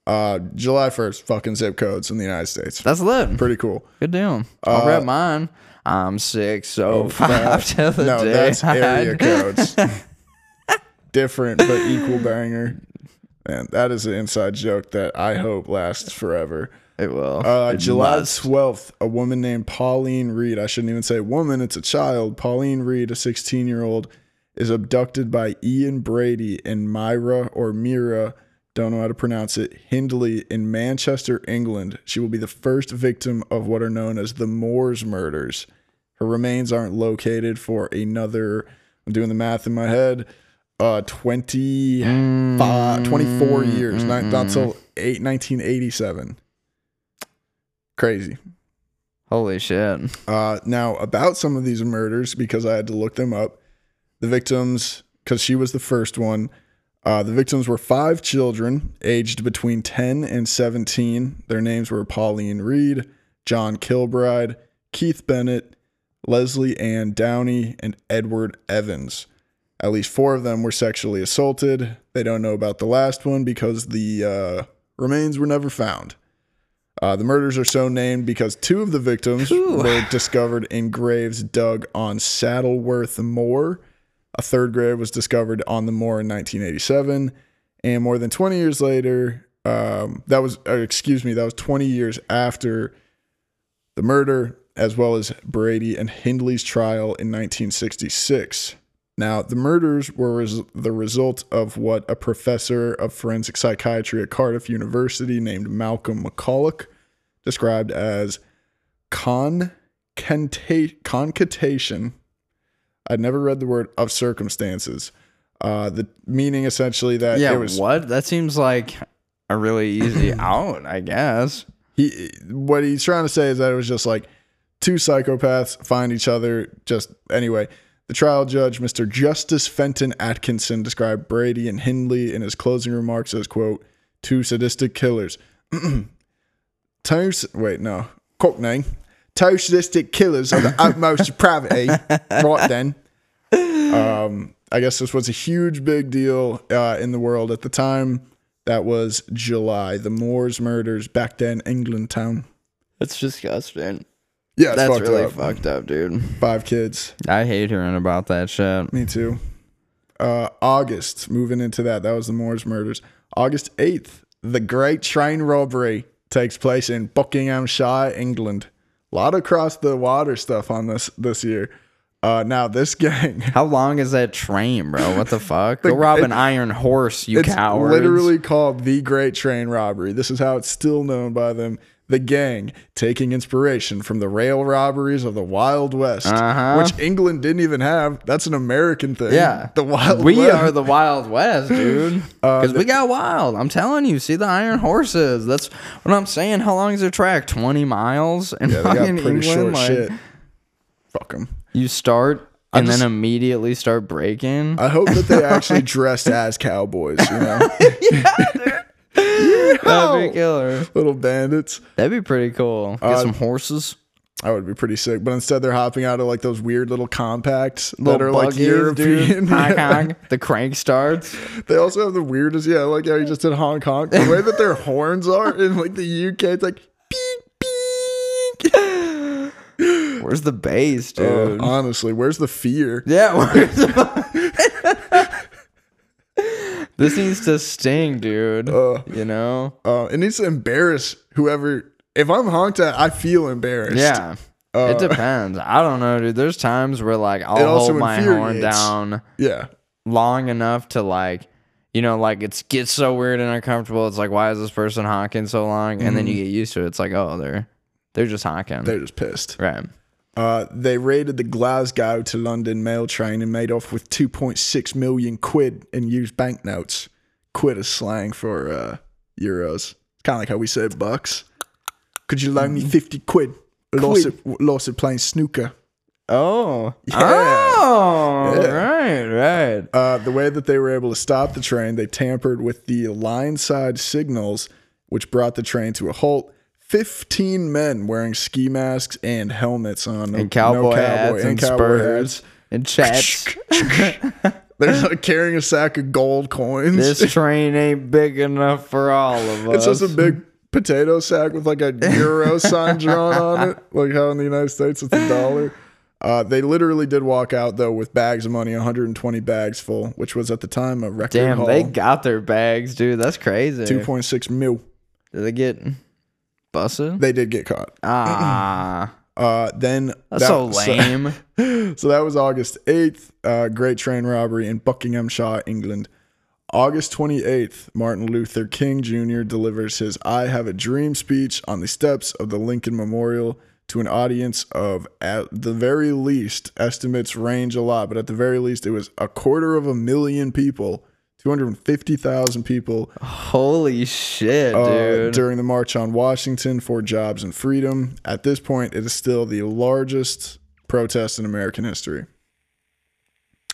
uh, July 1st, fucking zip codes in the United States. That's lit. Pretty cool. Good deal. Uh, I'll rep mine. I'm six so five to the oh, No, day. that's area I- codes. Different but equal banger. And that is an inside joke that I hope lasts forever. It will. Uh, It July must. 12th, a woman named Pauline Reed, I shouldn't even say woman, it's a child. Pauline Reed, a 16 year old, is abducted by Ian Brady and Myra or Mira, don't know how to pronounce it, Hindley in Manchester, England. She will be the first victim of what are known as the Moores murders. Her remains aren't located for another, I'm doing the math in my head, uh, 20, fi- 24 years, not, not till eight, 1987. Crazy. Holy shit. Uh, now, about some of these murders, because I had to look them up, the victims, because she was the first one, uh, the victims were five children aged between 10 and 17. Their names were Pauline Reed, John Kilbride, Keith Bennett, Leslie Ann Downey, and Edward Evans. At least four of them were sexually assaulted. They don't know about the last one because the uh, remains were never found. Uh, the murders are so named because two of the victims were discovered in graves dug on Saddleworth Moor. A third grave was discovered on the moor in 1987, and more than 20 years later, um, that was uh, excuse me, that was 20 years after the murder, as well as Brady and Hindley's trial in 1966. Now, the murders were res- the result of what a professor of forensic psychiatry at Cardiff University named Malcolm McCulloch described as concanta- concatation. I'd never read the word of circumstances. Uh, the meaning essentially that Yeah, uh, it was what? That seems like a really easy out, I guess. he what he's trying to say is that it was just like two psychopaths find each other just anyway the trial judge mr justice fenton atkinson described brady and hindley in his closing remarks as quote two sadistic killers two s- wait no cockney two sadistic killers of the utmost depravity right then Um, I guess this was a huge big deal uh, in the world at the time. That was July, the Moors murders back then, England town. That's disgusting. Yeah, it's That's fucked really up. fucked up, dude. Five kids. I hate hearing about that shit. Me too. Uh, August, moving into that, that was the Moors murders. August 8th, the Great Train Robbery takes place in Buckinghamshire, England. A lot of cross the water stuff on this this year. Uh, now, this gang, How long is that train, bro? What the fuck? Go rob an iron horse, you it's cowards. literally called the Great Train Robbery. This is how it's still known by them. The gang, taking inspiration from the rail robberies of the Wild West, Uh-huh. which England didn't even have. That's an American thing. Yeah. The Wild we West. are the Wild West, dude. Uh, Because we got wild. I'm telling you, see the iron horses. That's what I'm saying. How long is their track? 20 miles? And They got fucking pretty England, short like, shit. Fuck them. You start and just- then immediately start breaking. I hope that they actually dressed as cowboys, you know, That'd be killer. little bandits. That'd be pretty cool. Uh, Get some horses. That would be pretty sick. But instead, they're hopping out of like those weird little compacts that Little are like buggies, European. dude. Honk, honk. the crank starts. they also have the weirdest, yeah, like how you just did Hong Kong. The way that their horns are in like the UK, it's like beep beep. Where's the bass, Uh, dude? honestly, where's the fear? yeah, where's the This needs to sting, dude. you know? Uh, it needs to embarrass whoever. If I'm honked at, I feel embarrassed. Yeah. it depends. I don't know, dude. There's times where like I'll uh, also hold my horn infuriates. down yeah. long enough to like you know, like it's gets so weird and uncomfortable. It's like, why is this person honking so long? And then you get used to it. It's like, oh, they're they're just honking. Mm-hmm. They're just pissed. right. Uh, they raided the Glasgow to London mail train and made off with 2.6 million quid in used banknotes. Quid is slang for uh, euros. It's kind of like how we say bucks. Could you loan me 50 quid? Lost it, lost it playing snooker. Oh. Oh. Right, right. Uh, the way that they were able to stop the train, they tampered with the line side signals, which brought the train to a halt. 15 men wearing ski masks and helmets on. no- no and cowboy hats and, spurs hats. and chaps. They're like carrying a sack of gold coins. this train ain't big enough for all of us. It's just a big potato sack with like a euro sign drawn on it, like how in the United States it's a dollar. Uh, they literally did walk out though with bags of money, 120 bags full, which was at the time a record Damn, haul. they got their bags, dude. That's crazy. 2.6 mil. Did they get busted? They did get caught. Ah, Uh, then that's so lame. So that was August 8th, uh, great train robbery in Buckinghamshire, England. August 28th, Martin Luther King Jr. delivers his I Have a Dream speech on the steps of the Lincoln Memorial to an audience of, at the very least, estimates range a lot, but at the very least, it was a quarter of a million people, 250,000 people Holy shit, uh, dude. during the March on Washington for Jobs and Freedom. At this point, it is still the largest protest in American history,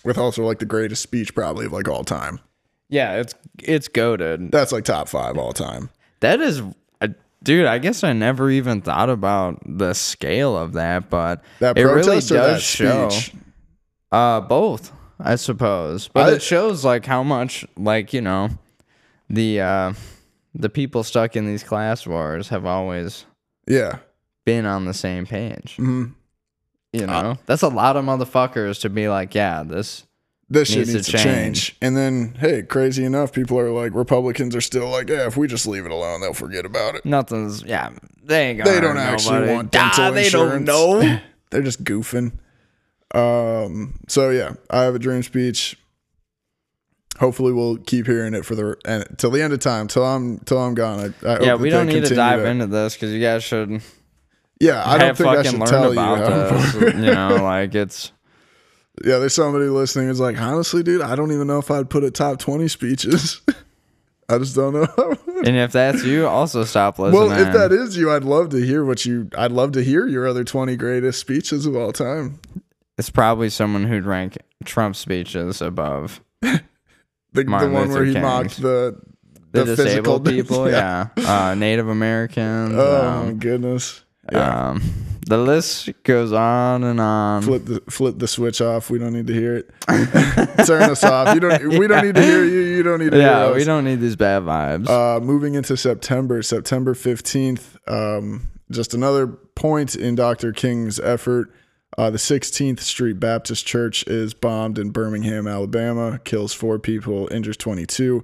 with also like the greatest speech probably of like all time. yeah, it's it's goaded. That's like top five all time. That is, uh, dude. I guess I never even thought about the scale of that, but That it really does protest or that show. speech. Uh, both, I suppose. But I- it shows like how much, like you know, the uh, the people stuck in these class wars have always Yeah, been on the same page. Mhm. You Uh, know, that's a lot of motherfuckers to be like, yeah, this. this shit Needs to needs to change. change. And then, hey, crazy enough, people are like Republicans are still like, yeah, if we just leave it alone, they'll forget about it. Nothing's yeah. They ain't They don't actually want dental They insurance. don't know. They're just goofing. Um, so yeah, I have a dream speech. Hopefully, we'll keep hearing it for the and till the end of time, till I'm till I'm gone. I, I hope yeah, that we don't they need to continue dive into this because you guys should Yeah, I don't have think I fucking should learned tell you. about how- this. you know, like it's yeah, there's somebody listening who's like, honestly, dude, I don't even know if I'd put a top twenty speeches. I just don't know. and if that's you, also stop listening. well, if that is you, I'd love to hear what you. I'd love to hear your other twenty greatest speeches of all time. it's probably someone who'd rank Trump speeches above The, the Martin one Luther where he King. mocked the the, the physical disabled people. Yeah, Uh, Native Americans. Oh um, my goodness. um, the list goes on and on. flip the flip the switch off. We don't need to hear it. Turn us off. You don't. We don't need to hear you. You don't need to hear yeah, us. we don't need these bad vibes. Uh, moving into September, September fifteenth. Um, just another point in Dr. King's effort. Uh, the 16th Street Baptist Church is bombed in Birmingham, Alabama, kills four people, injures 22.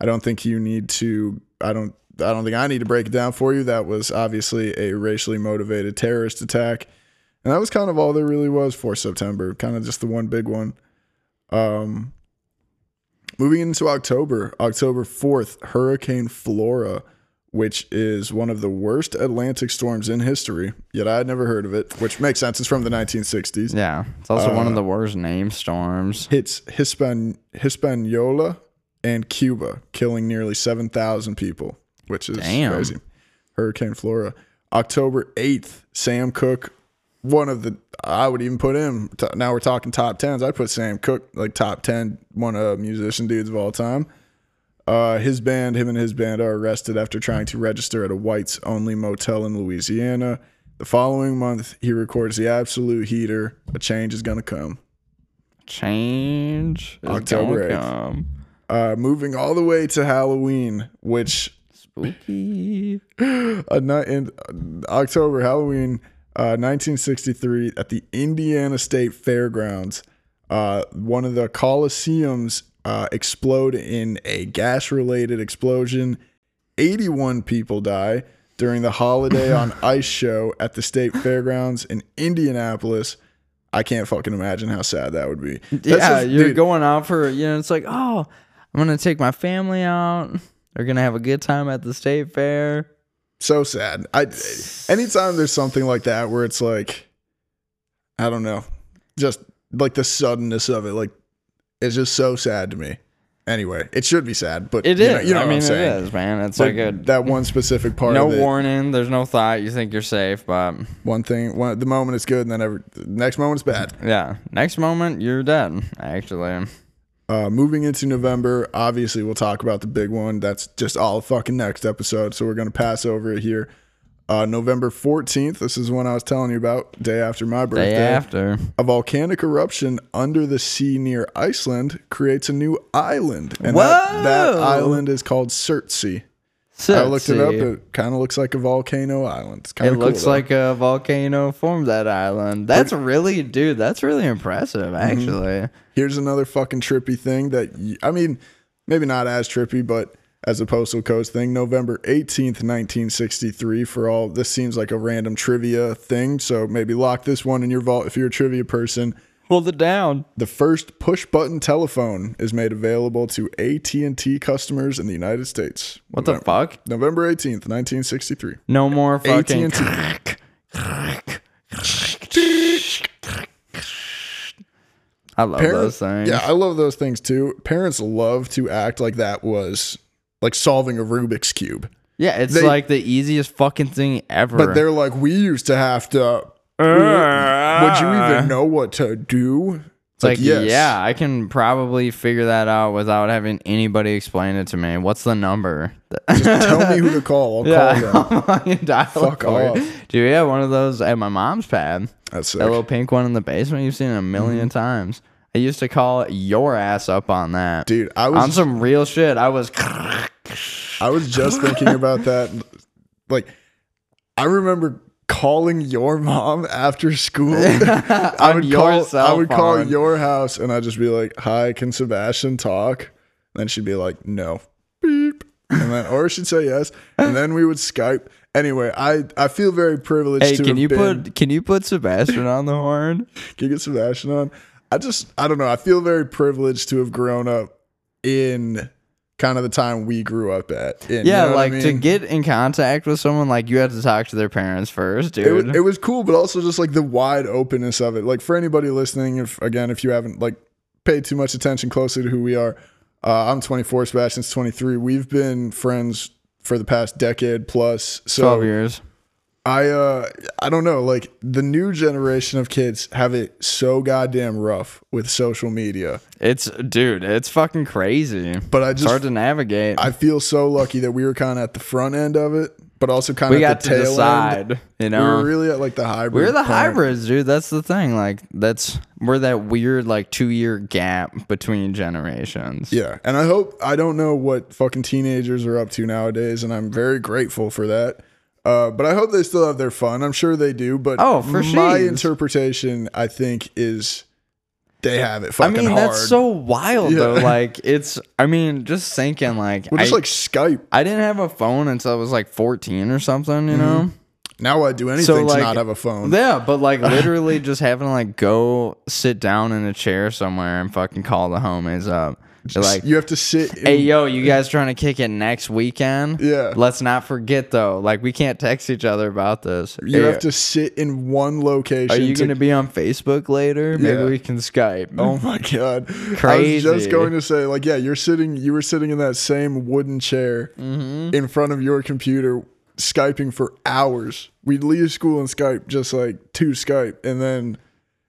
I don't think you need to. I don't. I don't think I need to break it down for you. That was obviously a racially motivated terrorist attack, and that was kind of all there really was for September. Kind of just the one big one. Um, moving into October, October 4th, Hurricane Flora, which is one of the worst Atlantic storms in history. Yet I had never heard of it, which makes sense. It's from the 1960s. Yeah, it's also one uh, of the worst name storms. Hits Hispan- Hispaniola and Cuba, killing nearly 7,000 people, which is Damn. crazy. Hurricane Flora. October 8th, Sam Cook, one of the, I would even put him, t- now we're talking top 10s. I'd put Sam Cook like top 10, one of musician dudes of all time. Uh, his band, him and his band are arrested after trying to register at a whites only motel in Louisiana. The following month, he records the absolute heater. A change is going to come. Change is October October eighth. Uh, moving all the way to Halloween, which Spooky. a night in uh, October, Halloween, uh, 1963, at the Indiana State Fairgrounds, uh, one of the Coliseums uh, explode in a gas-related explosion. 81 people die during the Holiday on Ice show at the State Fairgrounds in Indianapolis. I can't fucking imagine how sad that would be. That's yeah, just- you're dude, going out for you know. It's like, oh, I'm gonna take my family out. They're gonna have a good time at the state fair. so sad. I anytime there's something like that where it's like I don't know, just like the suddenness of it, like it's just so sad to me. Anyway, it should be sad, but It you is. know, you know I what mean, I'm saying. it is, man. It's Like like a that one specific part. no of it, warning. There's no thought. You think you're safe, but One thing. One, the moment it's good, and then every the next moment it's bad. yeah. Next moment, you're dead. Actually, Uh, moving into November, obviously we'll talk about the big one. That's just all fucking next episode. So we're gonna pass over it here. Uh, November 14th. This is one I was telling you about. Day after my birthday. day after. A volcanic eruption under the sea near Iceland creates a new island. And Whoa! That, that island is called Surtsey. I looked it up. Sexy. It kind of looks like a volcano island. It's It kind of looks like a volcano formed that island. That's really, dude. That's really impressive, Mm-hmm. actually. Here's another fucking trippy thing that, y- I mean, maybe not as trippy, but as a postal codes thing, November 18th, 1963, for all this seems like a random trivia thing. So maybe lock this one in your vault if you're a trivia person. Hold it down. The first push-button telephone is made available to AT&T customers in the United States. What the fuck? November 18th, 1963. No more fucking. I love Parents, those things. yeah, I love those things too. Parents love to act like that was like solving a Rubik's cube. Yeah, it's They- like the easiest fucking thing ever. But they're like, we used to have to. Would you Ah. even know what to do? It's like, yeah, I can probably figure that out without having anybody explain it to me. What's the number? Tell me who to call. I'll call them. Fuck off. Do we have one of those at my mom's pad? That's sick. That little pink one in the basement. You've seen it a 1000000 Mm-hmm. times. I used to call your ass up on that, Dude, I was On some real shit. I was. I was just thinking about that. Like, I remember calling your mom after school. I would your call. cell I would call phone. your house, and I'd just be like, "Hi, can Sebastian talk?" And then she'd be like, "No." Beep. And then, or she'd say yes, and then we would Skype. Anyway, I I feel very privileged. to Hey, can have you been- put can you put Sebastian on the horn? can you get Sebastian on? I just I don't know. I feel very privileged to have grown up in kind of the time we grew up at. in, you Yeah, know what I like to mean? get in contact with someone, like you had to talk to their parents first, dude. it was, it was cool, but also just like the wide openness of it. Like for anybody listening, if again, if you haven't like paid too much attention closely to who we are, uh, I'm 24, Sebastian's 23. We've been friends for the past decade plus. So Twelve years. I, uh, I don't know. Like the new generation of kids have it so goddamn rough with social media, It's dude, it's fucking crazy. but I it's just hard to navigate. I feel so lucky that we were kind of at the front end of it, but also kind we of got the to tail end. decide, you We know. were really at like the hybrid. We're the point. hybrids, dude. That's the thing. Like that's we're that weird like two year gap between generations. Yeah, and I hope I don't know what fucking teenagers are up to nowadays, and I'm very grateful for that. Uh, but I hope they still have their fun. I'm sure they do. But Oh, for my she's. interpretation, I think is they have it I fucking mean, hard. that's so wild though. Yeah. Like it's, I mean, just thinking like, Well, just I, like Skype. I didn't have a phone until I was like 14 or something, you know? Now I do anything like, Mm-hmm. to not have a phone. Yeah, but like literally just having to like go sit down in a chair somewhere and fucking call the homies up. They're like, you have to sit. In, hey, yo, you guys trying to kick it next weekend? Yeah. Let's not forget though. Like, we can't text each other about this. you Hey, have to sit in one location. Are you to- going to be on Facebook later? Maybe Yeah. we can Skype. Oh my god! I was Crazy. just going to say, like, yeah, you're sitting. You were sitting in that same wooden chair Mm-hmm. in front of your computer, skyping for hours. We'd leave school and Skype, just like to Skype, and then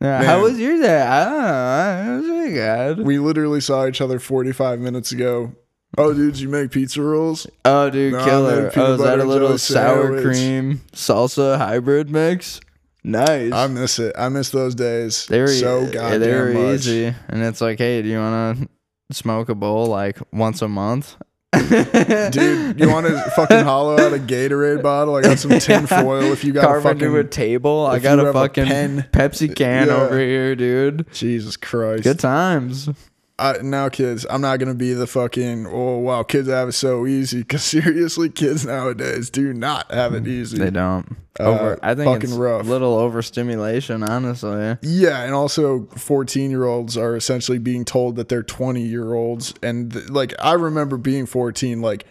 Yeah, man. How was your day? I don't know. It was really good. we literally saw each other 45 minutes ago. Oh, dude, you make pizza rolls? Oh, dude, Nah, killer. man, peanut Oh, is that butter a and little jelly sour sandwich. cream salsa hybrid mix? Nice. I miss it. I miss those days they were so yeah, goddamn they were much. e-, easy, and it's like, hey, do you want to smoke a bowl like once a month? dude, Dude, you want to fucking hollow out a Gatorade bottle? I got some tin foil if you got carve a fucking into a table. I if got you a have a fucking pen. Pepsi can Yeah. over here, dude. Jesus Christ. Good times. I, now kids, I'm not gonna be the fucking oh wow, kids have it so easy. Cause seriously, kids nowadays do not have it easy. Mm, They don't. Over, Uh, I think fucking it's rough. little overstimulation, honestly. Yeah, and also 14 year olds are essentially being told that they're 20 year olds. And th- like, I remember being 14, like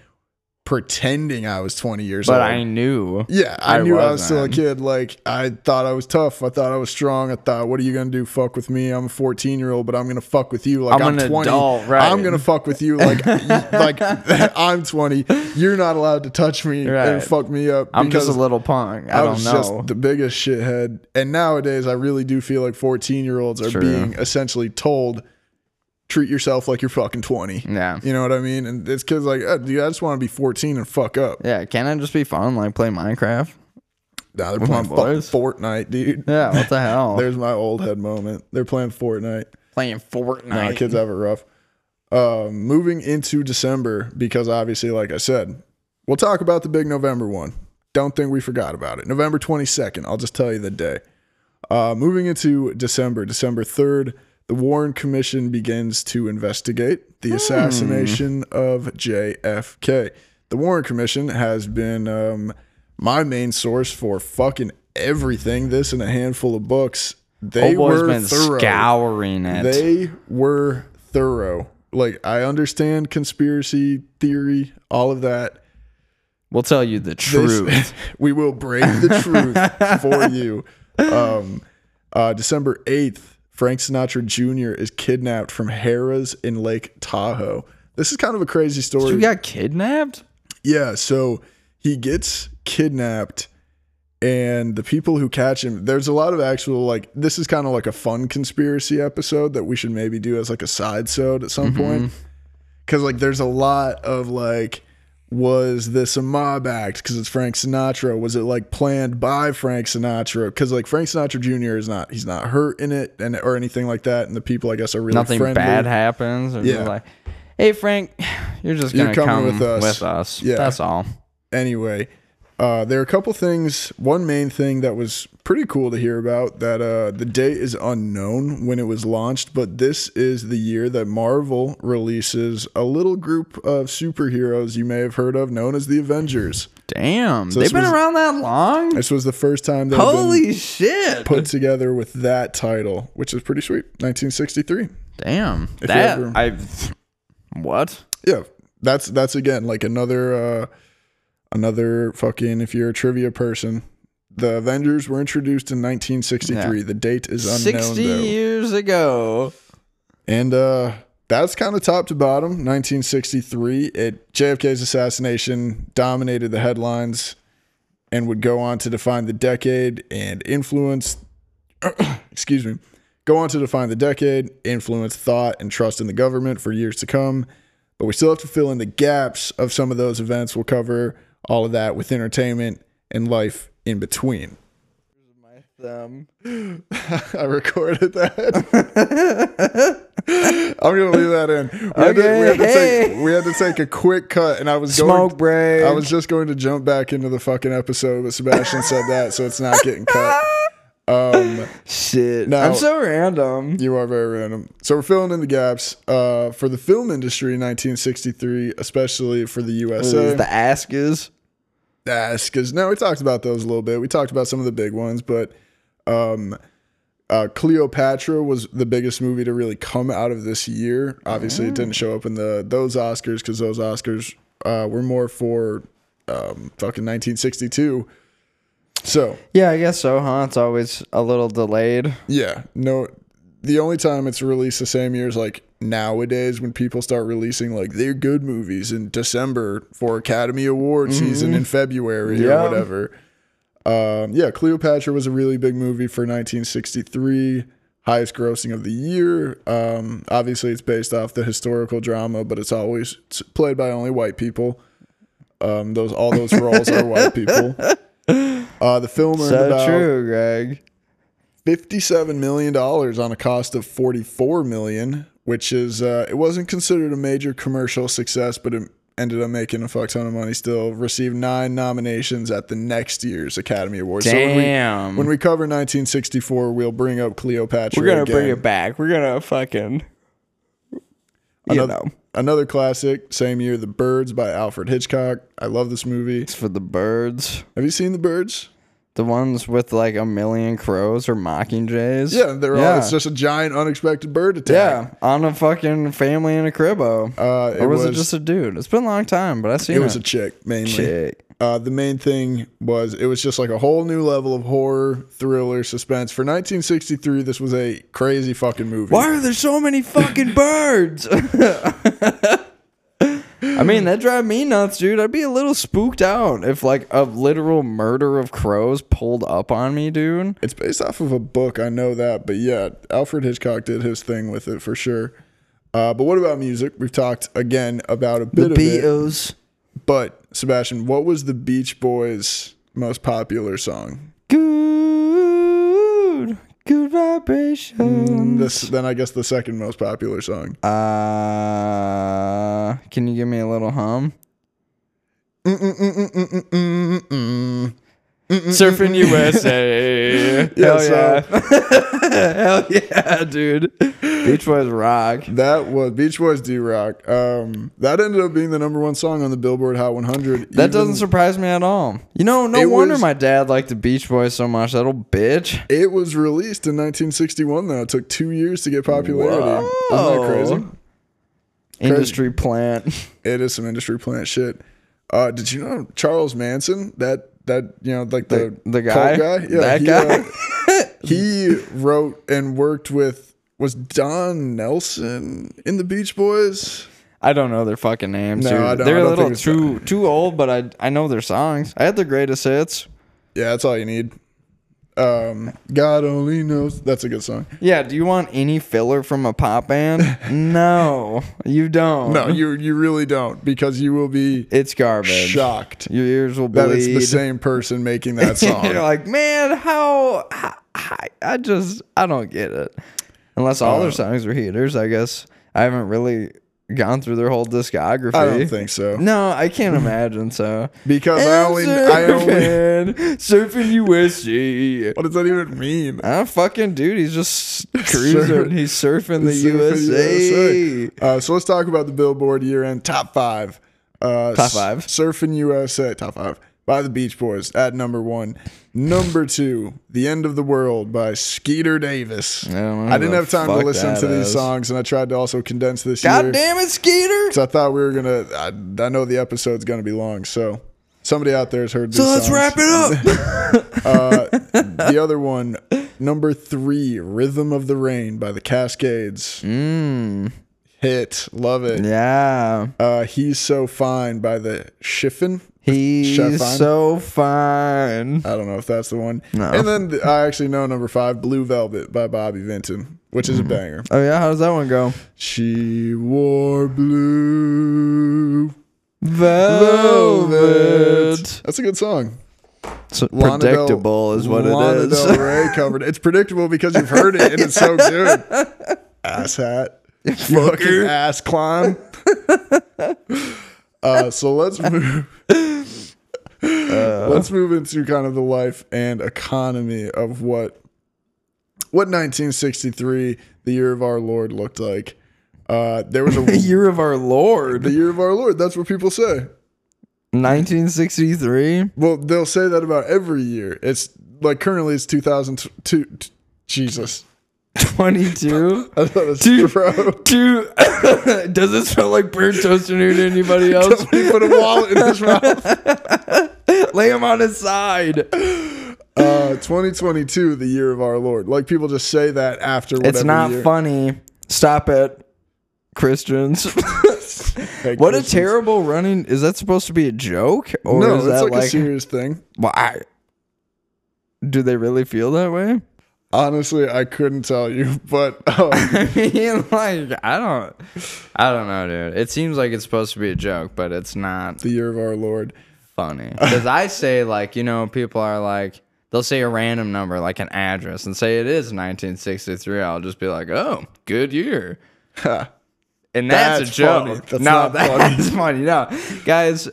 pretending I was 20 years But old. I knew. yeah, I, I knew I was still a wasn't. kid. Like, I thought I was tough. I thought I was strong. I thought, what are you going to do? Fuck with me. I'm a 14 year old, but I'm going to fuck with you. Like, I'm I'm, an 20. adult, right. I'm going to fuck with you. Like, y- like I'm 20. You're not allowed to touch me Right. and fuck me up. I'm just because a little punk. I, don't was know. just the biggest shithead. And nowadays, I really do feel like 14 year olds are True. being essentially told, treat yourself like you're fucking 20. yeah. You know what I mean? And it's kids like, oh, dude, I just want to be 14 and fuck up. Yeah, can I just be fun, like play Minecraft? Nah, they're my playing fucking boys. Fortnite, dude. Yeah, what the hell? There's my old head moment. They're playing Fortnite. playing Nah, Fortnite. kids have it rough. Um, moving into December, because obviously, like I said, we'll talk about the big November one. Don't think we forgot about it. November 22nd, I'll just tell you the day. Uh, moving into December, December 3rd, the Warren Commission begins to investigate Hmm. the assassination of JFK. The Warren Commission has been um, my main source for fucking everything, this and a handful of books. They Old boy's were been thorough. scouring it. They were thorough. Like I understand conspiracy theory, all of that. we'll tell you the This- truth. we will break the truth for you. Um, uh, December eighth, Frank Sinatra Jr. is kidnapped from Harrah's in Lake Tahoe. This is kind of a crazy you story. got kidnapped? yeah, so he gets kidnapped. And the people who catch him, there's a lot of actual like this is kind of like a fun conspiracy episode that we should maybe do as like a side sode at some point. Mm-hmm. Cause like there's a lot of like, was this a mob act? Cause it's Frank Sinatra. Was it like planned by Frank Sinatra? Cause like Frank Sinatra Jr. is not he's not hurt in it and or anything like that. And the people I guess are really Nothing friendly. bad happens. Or Yeah. yeah. like, hey Frank, you're just gonna You're coming come with us." Yeah. That's all. anyway, uh, there are a couple things. One main thing that was pretty cool to hear about that uh, the date is unknown when it was launched, but this is the year that Marvel releases a little group of superheroes you may have heard of, known as the Avengers. Damn, this they've been was- around that long. This was the first time they've been Holy shit! put together with that title, which is pretty sweet. 1963. Damn, that ever- I. What? Yeah, that's that's again like another uh another fucking if you're a trivia person. The Avengers were introduced in 1963. The date is unknown Sixty though. years ago. And uh that's kind of top to bottom 1963. It JFK's assassination dominated the headlines and would go on to define the decade and influence excuse me, go on to define the decade, influence thought and trust in the government for years to come. But we still have to fill in the gaps of some of those events. We'll cover all of that with entertainment and life in between. I recorded that. I'm gonna leave that in. We, had to, we, had to take, we had to take a quick cut, and I was going. Smoke break. I was just going to jump back into the fucking episode, but Sebastian said that, so it's not getting cut. Um, Shit. No. I'm so random. you are very random. So we're filling in the gaps. Uh, for the film industry in 1963, especially for the USA. the ask is. That's because no, we talked about those a little bit. We talked about some of the big ones, but um, uh, Cleopatra was the biggest movie to really come out of this year. Obviously, it didn't show up in the those Oscars because those Oscars uh, were more for um, fucking 1962. So Yeah, I guess so, huh? It's always a little delayed. yeah, no, the only time it's released the same year is like nowadays when people start releasing like their good movies in December for Academy Award season in February Mm-hmm. Yeah. or whatever. Um, yeah, Cleopatra was a really big movie for 1963, highest grossing of the year. Um, obviously, it's based off the historical drama, but it's always it's played by only white people. Um, those all those roles are white people. Uh, the film earned So about true, Greg. 57 million dollars on a cost of 44 million which is uh, it wasn't considered a major commercial success but it ended up making a fuck ton of money still received nine nominations at the next year's academy awards Damn. so when we, when we cover 1964 we'll bring up cleopatra We're gonna again. bring it back. We're gonna fucking. You another, know, another classic same year the birds by alfred hitchcock i love this movie it's for the birds. have you seen the birds The ones with like a million crows or mocking jays. yeah they're Yeah. all it's just a giant unexpected bird attack Yeah, on a fucking family in a cribbo. uh, it or was, it was- just a dude? It's been a long time, but I seen it it. was a chick mainly chick. Uh, the main thing was it was just like a whole new level of horror, thriller, suspense. For 1963, this was a crazy fucking movie. Why are there so many fucking birds? I mean, that drive me nuts, dude. I'd be a little spooked out if like a literal murder of crows pulled up on me, dude. It's based off of a book, I know that, but yeah, Alfred Hitchcock did his thing with it for sure. Uh, but what about music? We've talked again about a bit of it. B.O.'s. But Sebastian, what was the Beach Boys' most popular song? Good. Good vibration. This then I guess the second most popular song. Uh, can you give me a little hum? Mm-mm-mm-mm-mm-mm-mm. Surfing USA. Hell uh, yeah. so- Hell yeah, dude. Beach Boys rock. That was Beach Boys do rock. Um, that ended up being the number one song on the Billboard Hot 100. That even- doesn't surprise me at all. You know, no It wonder was- my dad liked the Beach Boys so much. That old bitch. It was released in 1961. Though it took two years to get popularity. Isn't that crazy? Whoa. Industry plant. It is some industry plant shit. Uh, did you know Charles Manson? That that you know like The, the the guy. cult guy. Yeah, that he, guy. uh, he wrote and worked with was Don Nelson in the Beach Boys. I don't know their fucking names. No, dude. I don't- They're I a don't little think it's too too old, but I I know their songs. I had the greatest hits. Yeah, that's all you need. Um, God only knows. That's a good song. Yeah. Do you want any filler from a pop band? no, you don't. No, you you really don't because you will be It's garbage. shocked Your ears will bleed. that it's the same person making that You're song. like, man, how? I, I- I just, I don't get it. Unless all Uh. their songs are heaters, I guess. I haven't really gone through their whole discography. I don't think so. No, I can't imagine so. Because I I'm only- I only- surfing, surfing USG. What does that even mean? Ah, fucking dude, he's just cruising. Surf- he's surfing the Surfing USA. Uh, so let's talk about the Billboard year-end top five. Uh, Top five. Surfing USA top five by the Beach Boys at number one. Number two, The End of the World by Skeeter Davis. I don't know I who didn't the have time to fuck listen that to these is. songs, and I tried to also condense this year. God damn it, Skeeter! So I thought we were gonna. I, I know the episode's gonna be long, so somebody out there has heard. So let's wrap it up. up. the other one, number three, "Rhythm of the Rain" by the Cascades. mm, Hit, love it. yeah. Uh, "He's So Fine" by the Schiffin. He's Chef Fine? so fine. I don't know if that's the one. No. And then th- I actually know number five, "Blue Velvet" by Bobby Vinton, which is a banger. Oh yeah, how does that one go? She wore blue velvet. Velvet. That's a good song. So Lana Del- predictable is what Lana it is. Del Rey covered it. It's predictable because you've heard it and it's so good. Ass hat. fucking ass climb. uh, so let's move. Uh. let's move into kind of the life and economy of what what 1963, the year of our Lord, looked like. Uh, there was The a year of our the Lord, year of our Lord. That's what people say. 1963. Well, they'll say that about every year. It's like currently it's 2002. t- Jesus. 22. I thought it Dude. was bro. Dude, does it smell like burnt toast in here to anybody else? He put a wallet in his mouth. Lay him on his side. Uh, 2022, the year of our Lord. Like people just say that after whatever It's not year. funny. Stop it, Christians. Like, what a Christians- terrible running. Is that supposed to be a joke? Or No, is it's that like, like, a serious thing. well, I, do they really feel that way? Honestly, I couldn't tell you, but um, I mean, like, I don't, I don't know, dude. It seems like it's supposed to be a joke, but it's not the year of our Lord. funny. Because I say, like, you know, people are like, they'll say a random number, like an address, and say it is 1963. I'll just be like, oh, good year. and that's, That's a joke. funny. That's no, not funny. that's funny. No, guys,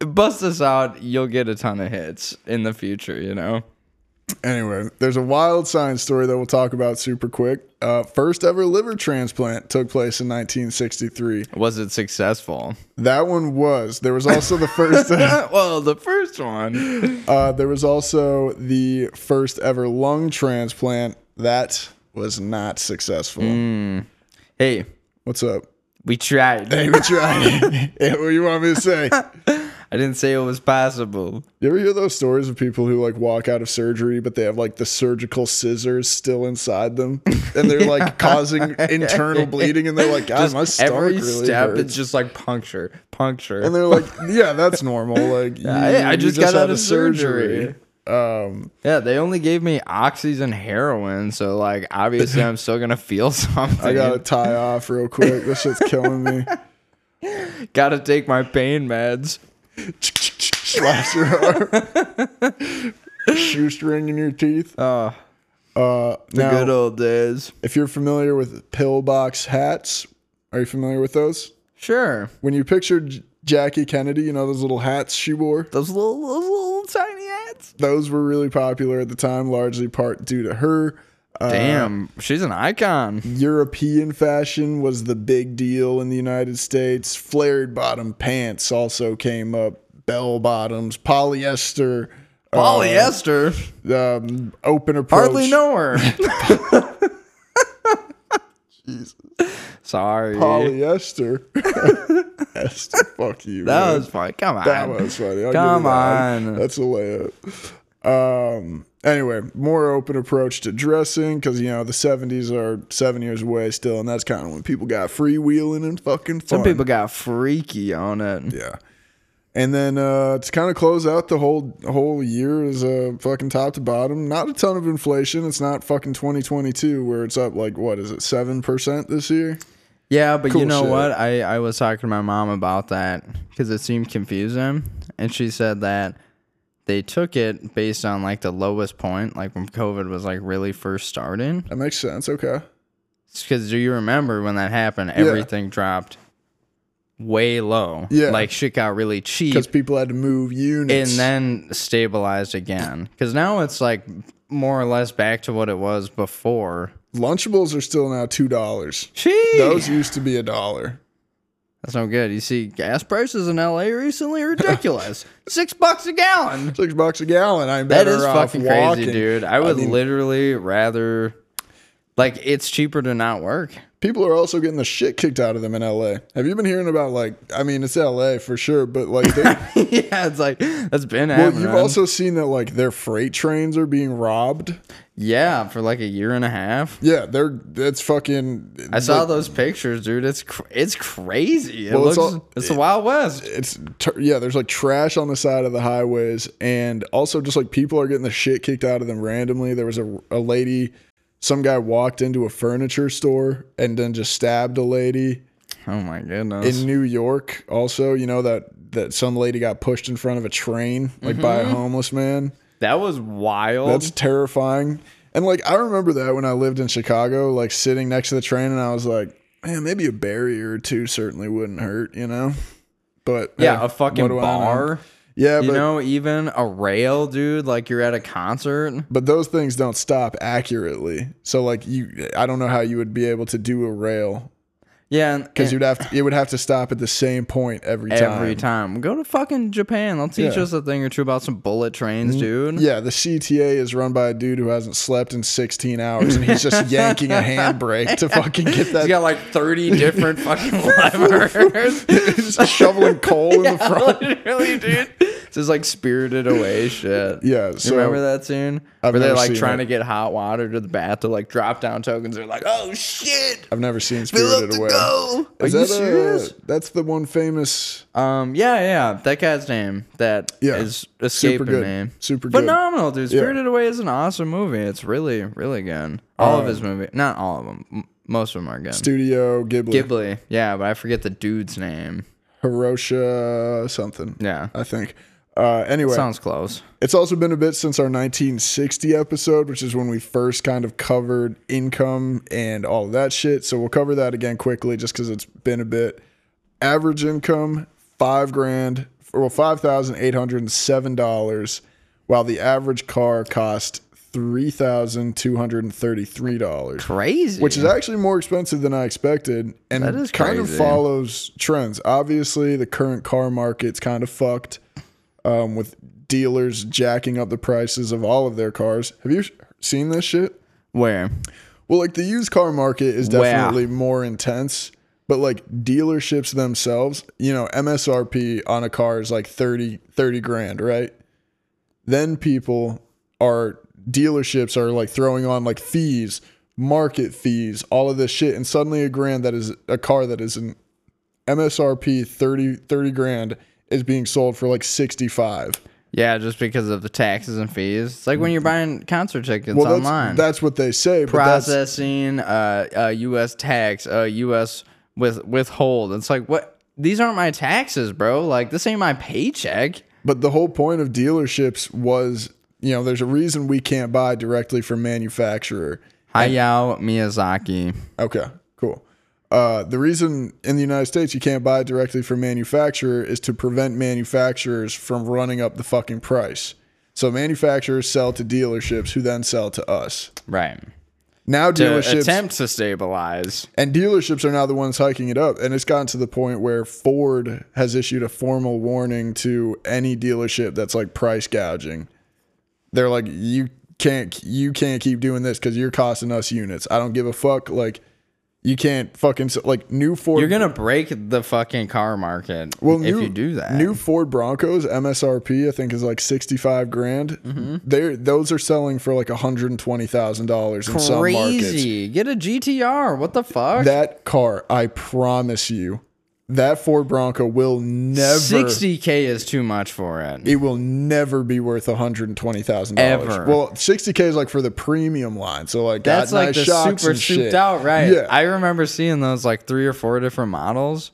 bust this out. You'll get a ton of hits in the future, you know? Anyway, there's a wild science story that we'll talk about super quick. Uh, first ever liver transplant took place in 1963. Was it successful? That one was. There was also the first. well, the first one. Uh, there was also the first ever lung transplant. That was not successful. Mm. Hey, What's up? we tried. Hey, we tried. Yeah, what do you want me to say? I didn't say it was possible. You ever hear those stories of people who like walk out of surgery, but they have like the surgical scissors still inside them, and they're like causing internal bleeding, and they're like, "God, my Just stomach every really step, hurts." it's just like puncture, puncture. and they're like, "Yeah, that's normal. Like, you- I you just got out had of a surgery. yeah, they only gave me oxys and heroin, so like obviously I'm still gonna feel something. I gotta tie off real quick. This shit's killing me." gotta take my pain meds. Slaps your arm, shoestring in your teeth. Oh, Uh, now, good old days. if you're familiar with pillbox hats, are you familiar with those? Sure, when you pictured J- Jackie Kennedy, you know those little hats she wore. those little, those little tiny ads. Those were really popular at the time, largely part due to her. Uh, Damn, she's an icon. European fashion was the big deal in the United States. Flared bottom pants also came up. Bell bottoms, polyester, uh, Polyester, um, open approach. hardly know her. Sorry, polyester. Esther, fuck you. that man. was fun. Come on, That was funny. I'll Come give you that. on. That's a layup. Um, anyway, more open approach to dressing because, you know, the 70s are seven years away still, and that's kind of when people got freewheeling and fucking fun. Some people got freaky on it. Yeah. And then uh, to kind of close out the whole whole year is uh, fucking top to bottom. Not a ton of inflation. It's not fucking 2022 where it's up like, what is it, 7% this year? Yeah, but Cool you know shit. what? I, I was talking to my mom about that because it seemed confusing. And she said that they took it based on like the lowest point, like when COVID was like really first starting. That makes sense. Okay. Because do you remember when that happened? Everything dropped way low. Yeah. Like shit got really cheap Because people had to move and units. then stabilized again. Because now it's like more or less back to what it was before. Lunchables are still now $2. Jeez. Those used to be a dollar. That's no good. You see, gas prices in LA recently are ridiculous. Six bucks a gallon. Six bucks a gallon. I'm That better is off fucking walking. crazy, dude. I would literally rather, like, it's cheaper to not work. People are also getting the shit kicked out of them in LA. Have you been hearing about like? I mean, it's LA for sure, but like, they, well, yeah, it's like that's been happening. you've also seen that like their freight trains are being robbed. yeah, for like a year and a half. Yeah, they're it's fucking. I saw those pictures, dude. It's cr- it's crazy. It Well, it's looks all- it's the Wild West. it's tur- yeah. There's like trash on the side of the highways, and also just like people are getting the shit kicked out of them randomly. There was a a lady. Some guy walked into a furniture store and then just stabbed a lady. Oh my goodness. in New York also, you know that that some lady got pushed in front of a train like by Mm-hmm. a homeless man. that was wild. That's terrifying. And like I remember that when I lived in Chicago, like sitting next to the train and I was like, man, maybe a barrier or two certainly wouldn't hurt, you know. But Yeah, hey, a fucking what do I know? bar. Yeah, You but know, even a rail, dude. Like you're at a concert. but those things don't stop accurately. So like you, I don't know how you would be able to do a rail Yeah, and- because you'd have to, it would have to stop at the same point every time. Eh. every time. Go to fucking Japan. They'll teach Yeah. Mm, us a thing or two about some bullet trains, dude. Yeah, the CTA is run by a dude who hasn't slept in 16 hours, and he's just yanking a handbrake to fucking get He's that got like 30 different fucking levers. Just shoveling coal in the front. Literally, dude. This is like spirited away shit. Yeah, you so- remember that scene? I've Where they're never like seen trying it. to get hot water to the bath to like drop down tokens. They're like, oh shit. I've never seen Fill Spirited up to Away. go. Are Is you that a- serious? that's the one famous. Um, yeah, yeah, that guy's name that is Yeah. escaping Super good. me. Super good. phenomenal, dude. Spirited Away is an awesome movie. It's really, really good. All of his Um, movie, not all of them, M- most of them are good. Studio Ghibli, Ghibli, yeah, but I forget the dude's name. Hiroshima something. Yeah, I think. Uh, anyway, sounds close. it's also been a bit since our 1960 episode, which is when we first kind of covered income and all of that shit. So we'll cover that again quickly, just because it's been a bit. Average income five grand, well five thousand eight hundred and seven dollars, while the average car cost three thousand two hundred and thirty-three dollars. Crazy. which is actually more expensive than I expected, and That is kind crazy. of follows trends. Obviously, the current car market's kind of fucked um, with dealers jacking up the prices of all of their cars. Have you sh- seen this shit? where? Well, like the used car market is Wow. definitely more intense, but like dealerships themselves, you know, MSRP on a car is like 30, 30 grand, right? Then people are dealerships are like throwing on like fees, market fees, all of this shit, and suddenly a grand that is a car that is an MSRP 30, 30 grand is being sold for like 65. Yeah, just because of the taxes and fees. It's like when you're buying concert tickets Mm-hmm. Well, online. that's, that's what they say, but that's processing, uh, uh, U.S. tax, uh, U.S. with withhold. It's like what? These aren't my taxes, bro. Like this ain't my paycheck. But the whole point of dealerships was, you know, there's a reason we can't buy directly from manufacturer. Hayao Miyazaki. Okay, cool. Uh, the reason in the United States you can't buy directly from manufacturer is to prevent manufacturers from running up the fucking price. So manufacturers sell to dealerships who then sell to us. Right. Now To dealerships attempt to stabilize. and dealerships are now the ones hiking it up, and it's gotten to the point where Ford has issued a formal warning to any dealership that's like price gouging. They're like, you can't, you can't keep doing this because you're costing us units. I don't give a fuck. Like, you can't fucking s- like new Ford. You're gonna break the fucking car market well, if new, you do that. New Ford Broncos MSRP I think is like sixty five grand. Mm-hmm. They're those are selling for like hundred and twenty thousand dollars in some markets. Crazy. Get a GTR. What the fuck? That car, I promise you, that Ford Bronco will never. Sixty k is too much for it. It will never be worth one hundred and twenty thousand Ever. dollars. Well, sixty k is like for the premium line, so like got That's like nice the shocks super and shit. souped out, right? Yeah, I remember seeing those like three or four different models.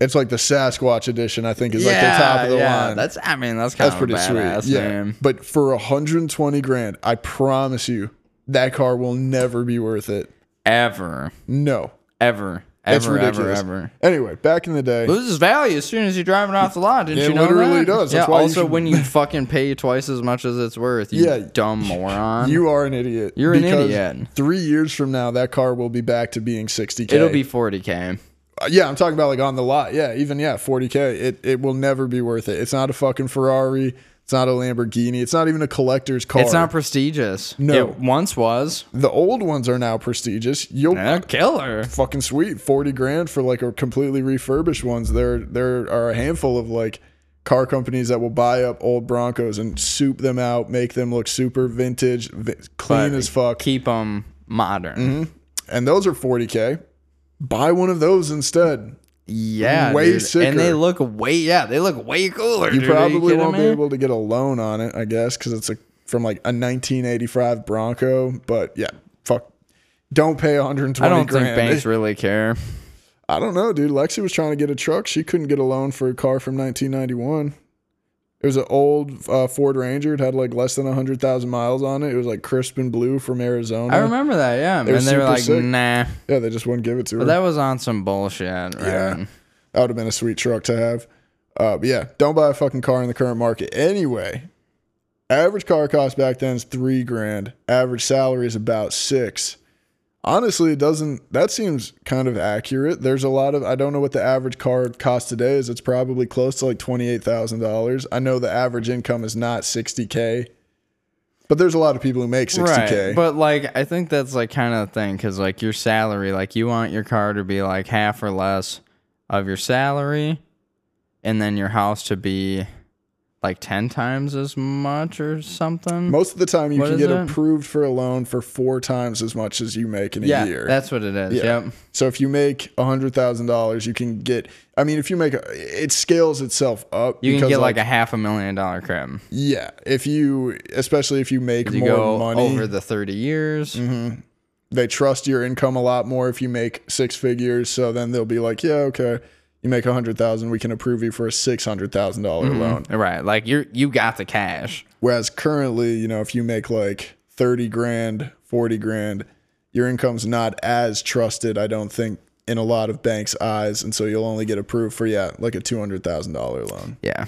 it's like the Sasquatch edition. I think is like the top of the line. That's I mean that's kind That's of pretty a badass sweet. Yeah, name. but for one hundred and twenty grand, I promise you, that car will never be worth it. Ever, No, ever, it's ever, ever, ridiculous. ever. Anyway, back in the day, Loses value as soon as you drive it off the lot. Didn't It you know literally that? does. Yeah. That's why you also, should- when you fucking pay twice as much as it's worth, you Yeah. dumb moron. You are an idiot. You're an idiot. Three years from now, that car will be back to being 60k. It'll be 40k. Uh, yeah. I'm talking about like on the lot. Yeah, even yeah, 40k. It it will never be worth it. It's not a fucking Ferrari. It's not a Lamborghini. It's not even a collector's car. It's not prestigious. No. it once was. the old ones are now prestigious. You'll Yeah, killer. fucking sweet 40 grand for like a completely refurbished ones. There there are a handful of like car companies that will buy up old Broncos and soup them out, make them look super vintage, vi- clean as fuck. Keep them modern. Mm-hmm. and those are 40k. Buy one of those instead. Yeah, Way dude. sicker. And they look way yeah, they look way cooler. You dude. Are probably kidding won't be me? able to get a loan on it, I guess, because it's a from like a 1985 Bronco. But yeah, fuck, don't pay 120 I don't grand. think banks really care. I don't know, dude. Lexi was trying to get a truck. She couldn't get a loan for a car from 1991. It was an old uh, Ford Ranger. It had like less than hundred thousand miles on it. It was like crisp and blue from Arizona. I remember that, yeah. were and they were super like, sick. nah. Yeah, they just wouldn't give it to her. But that was on some bullshit, right? Yeah. That would have been a sweet truck to have. Uh, but yeah, don't buy a fucking car in the current market anyway. Average car cost back then is three grand. Average salary is about six. Honestly, it doesn't. That seems kind of accurate. There's a lot of. I don't know what the average car cost today is. It's probably close to like twenty eight thousand dollars. I know the average income is not sixty k, but there's a lot of people who make sixty k. Right. But like, I think that's like kind of the thing because like your salary, like you want your car to be like half or less of your salary, and then your house to be like 10 times as much or something. Most of the time, you What can is get it? approved for a loan for four times as much as you make in a yeah. year. That's what it is. Yeah. Yep. So if you make a hundred thousand dollars, you can get. I mean, if you make a, it scales itself up. You can because, get like, a half a million dollar crib. yeah. If you, especially if you make You more go money, Mm-hmm. over the 30 years. they trust your income a lot more. If you make six figures, so then they'll be like, yeah, okay, you make a hundred thousand, we can approve you for a six hundred thousand dollar Mm-hmm. loan. Right. Like you're, you got the cash. Whereas currently, you know, if you make like thirty grand, forty grand, your income's not as trusted. I don't think. In a lot of banks' eyes, and so you'll only get approved for yeah, like a two hundred thousand dollar loan. Yeah.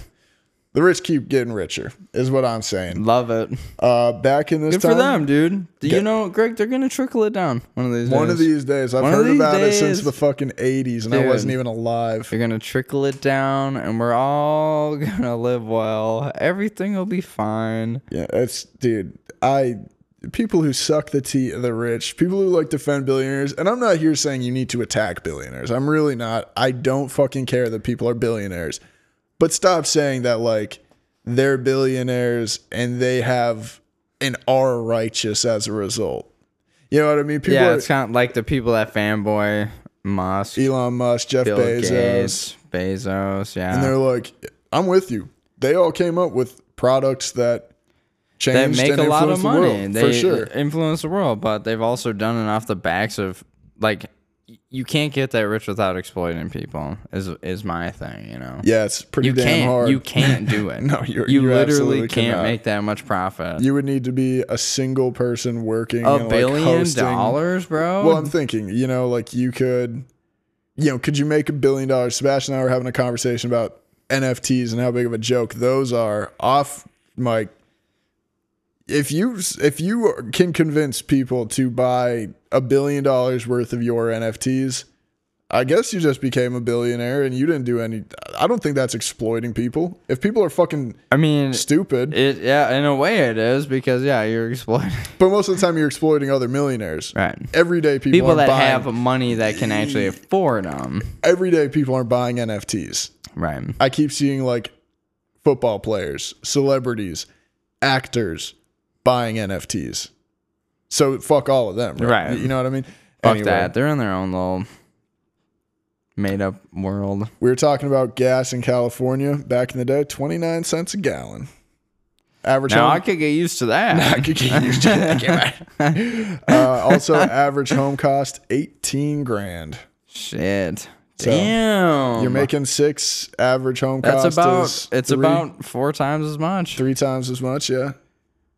The rich keep getting richer, is what I'm saying. Love it. Uh, back in this Good time, for them, dude. Do you know, Greg, they're going to trickle it down one of these one days. of these days, I've One of heard these about it since days. the fucking 80s, and I Dude. wasn't even alive. You're gonna trickle it down, and we're all gonna live well. Everything will be fine. Yeah, it's dude. I people who suck the tea of the rich, people who like defend billionaires, and I'm not here saying you need to attack billionaires. I'm really not. I don't fucking care that people are billionaires, but stop saying that like they're billionaires and they have and are righteous as a result. You know what I mean? People yeah, are, it's kind of like the people that fanboy Musk, Elon Musk, Jeff Bill Bezos, Gates, Bezos. Yeah, and they're like, "I'm with you." They all came up with products that they changed make and a lot of influenced the money. world, they for sure. influence the world, but they've also done it off the backs of like y- you can't get that rich without exploiting people. Is is my thing, you know. Yeah, it's pretty You damn can't. hard. You can't do it. No, you're- you you literally absolutely can't cannot. make that much profit. You would need to be a single person working a and, like, billion hosting- dollars, bro. Well, I'm thinking, you know, like you could, you know, could you make a billion dollars? Sebastian and I were having a conversation about NFTs and how big of a joke those are off mic. If you if you can convince people to buy a billion dollars worth of your NFTs, I guess you just became a billionaire and you didn't do any. I don't think that's exploiting people. If people are fucking I mean, stupid, It yeah, in a way it is because yeah, you're exploiting But most of the time, you're exploiting other millionaires. right Everyday people, people aren't that buying, have money that can actually afford them. everyday people aren't buying NFTs. Right. I keep seeing like football players, celebrities, actors buying NFTs. So fuck all of them, right? Right. You know what I mean? Fuck Anyway, that. They're in their own little made up world. We were talking about gas in California back in the day, twenty nine cents a gallon. Average Now I home, could get used to that. could get used to that. uh, also, average home cost eighteen grand. Shit. Damn. You're making six average home Oh that's cost. about is it's three- about four times as much. three times as much. Yeah,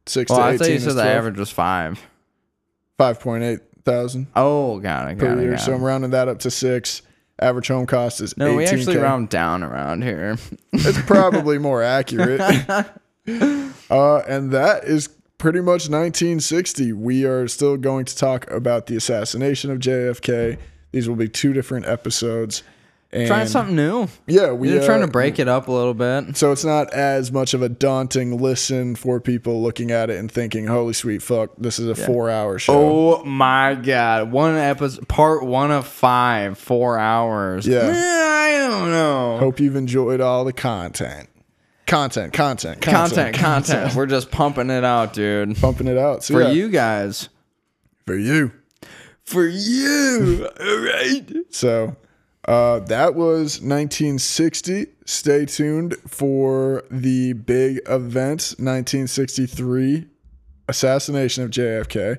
six well, to I eighteen thought you is said the 12. average was five. five point eight thousand Oh god, I per got year. it. So I'm rounding that up to six. Average home cost is No, 18K. we actually round down around here. It's probably more accurate. uh, and that is pretty much 1960. We are still going to talk about the assassination of JFK. These will be two different episodes. And Trying something new. Yeah, we We're uh, trying to break it up a little bit. So it's not as much of a daunting listen for people looking at it and thinking, "Holy sweet fuck, this is a four-hour show." Oh my god! One episode, part one of five, four hours. Yeah. Eh, I don't know. Hope you've enjoyed all the content, content, content, Content, content, content. We're just pumping it out, dude. pumping it out so For yeah, you guys. for you. For you. All right. So uh, that was 1960. Stay tuned for the big event, 1963 assassination of JFK.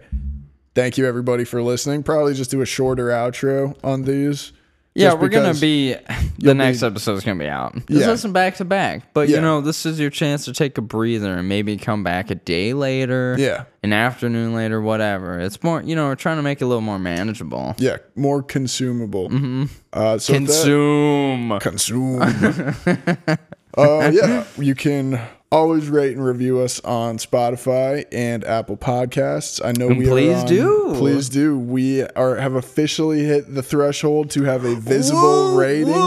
Thank you everybody for listening. Probably just do a shorter outro on these. Yeah, Just we're gonna because- be the next episode's gonna be out. Just Yeah. listen back to back. But Yeah. you know, this is your chance to take a breather and maybe come back a day later. Yeah. An afternoon later, whatever. It's more you know, we're trying to make it a little more manageable. Yeah, more consumable. Mm-hmm. Uh, so with that- Consume. consume. uh, yeah, you can always rate and review us on Spotify and Apple Podcasts. I know we are please on- do. Please do. We are have officially hit the threshold to have a visible Woo, rating woo.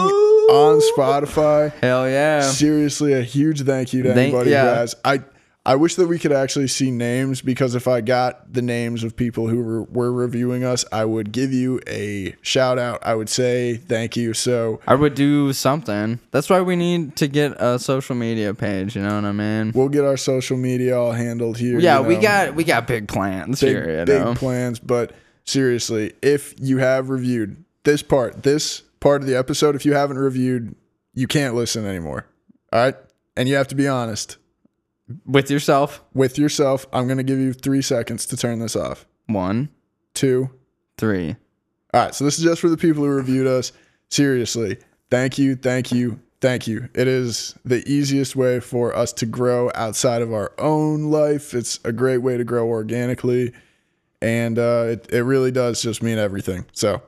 on Spotify. Hell yeah. Seriously, a huge thank you to Thank- anybody who yeah. has. I I wish that we could actually see names because if I got the names of people who were, were reviewing us, I would give you a shout out. I would say thank you. So I would do something. That's why we need to get a social media page, you know what I mean? We'll get our social media all handled here. yeah, you we know. got we got big plans big, here, you big know. plans. But seriously, if you have reviewed this part, this part of the episode, if you haven't reviewed, you can't listen anymore. All right, and you have to be honest With yourself. with yourself. I'm going to give you three seconds to turn this off. One, Two. three. All right, so this is just for the people who reviewed us. Seriously, thank you, thank you, thank you. It is the easiest way for us to grow outside of our own life. It's a great way to grow organically, and uh, it, it really does just mean everything. So,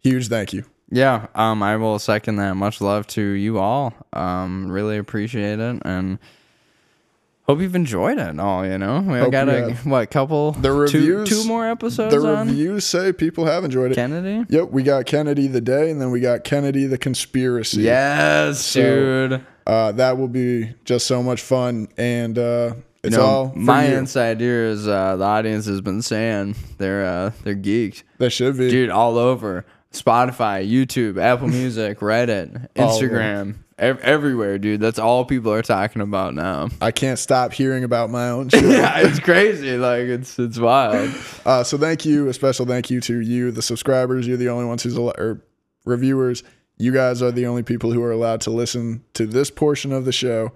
huge thank you. Yeah, um, I will second that. Much love to you all. Um, really appreciate it, and hope you've enjoyed it all. You know, we Hope got you a have. what couple The two, reviews- two more episodes the on reviews say people have enjoyed it. Kennedy. yep, we got Kennedy the day, and then we got Kennedy the conspiracy. Yes, dude. uh, that will be just so much fun, and uh, it's No, all for my you. inside ear is uh, the audience has been saying they're uh, they're geeked, That should be dude, all over Spotify, YouTube, Apple Music, Reddit, All over. Instagram, ev- everywhere, dude. That's all people are talking about now. I can't stop hearing about my own shit. yeah, it's crazy. Like it's it's wild. Uh, so thank you, a special thank you to you, the subscribers. You're the only ones who's al- or reviewers. You guys are the only people who are allowed to listen to this portion of the show.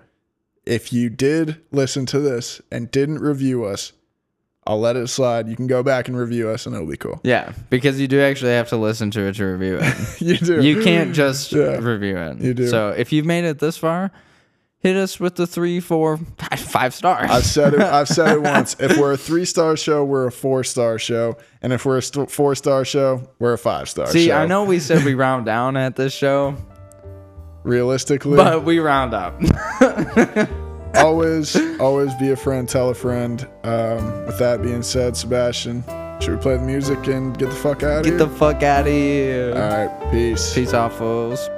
If you did listen to this and didn't review us, I'll let it slide. You can go back and review us, and it'll be cool. Yeah, because you do actually have to listen to it to review it. you do. you can't just Yeah. review it. You do. So if you've made it this far, hit us with the three, four, five stars. I've said it. I've said it once. If we're a three star show, we're a four star show, and if we're a st- four star show, we're a five star. See, show. I know we said we round down at this show, Realistically, but we round up. always, always be a friend, tell a friend. Um, with that being said, Sebastian, should we play the music and get the fuck out of Get here? Uh, the fuck out of here. All right, peace. Peace out, fools.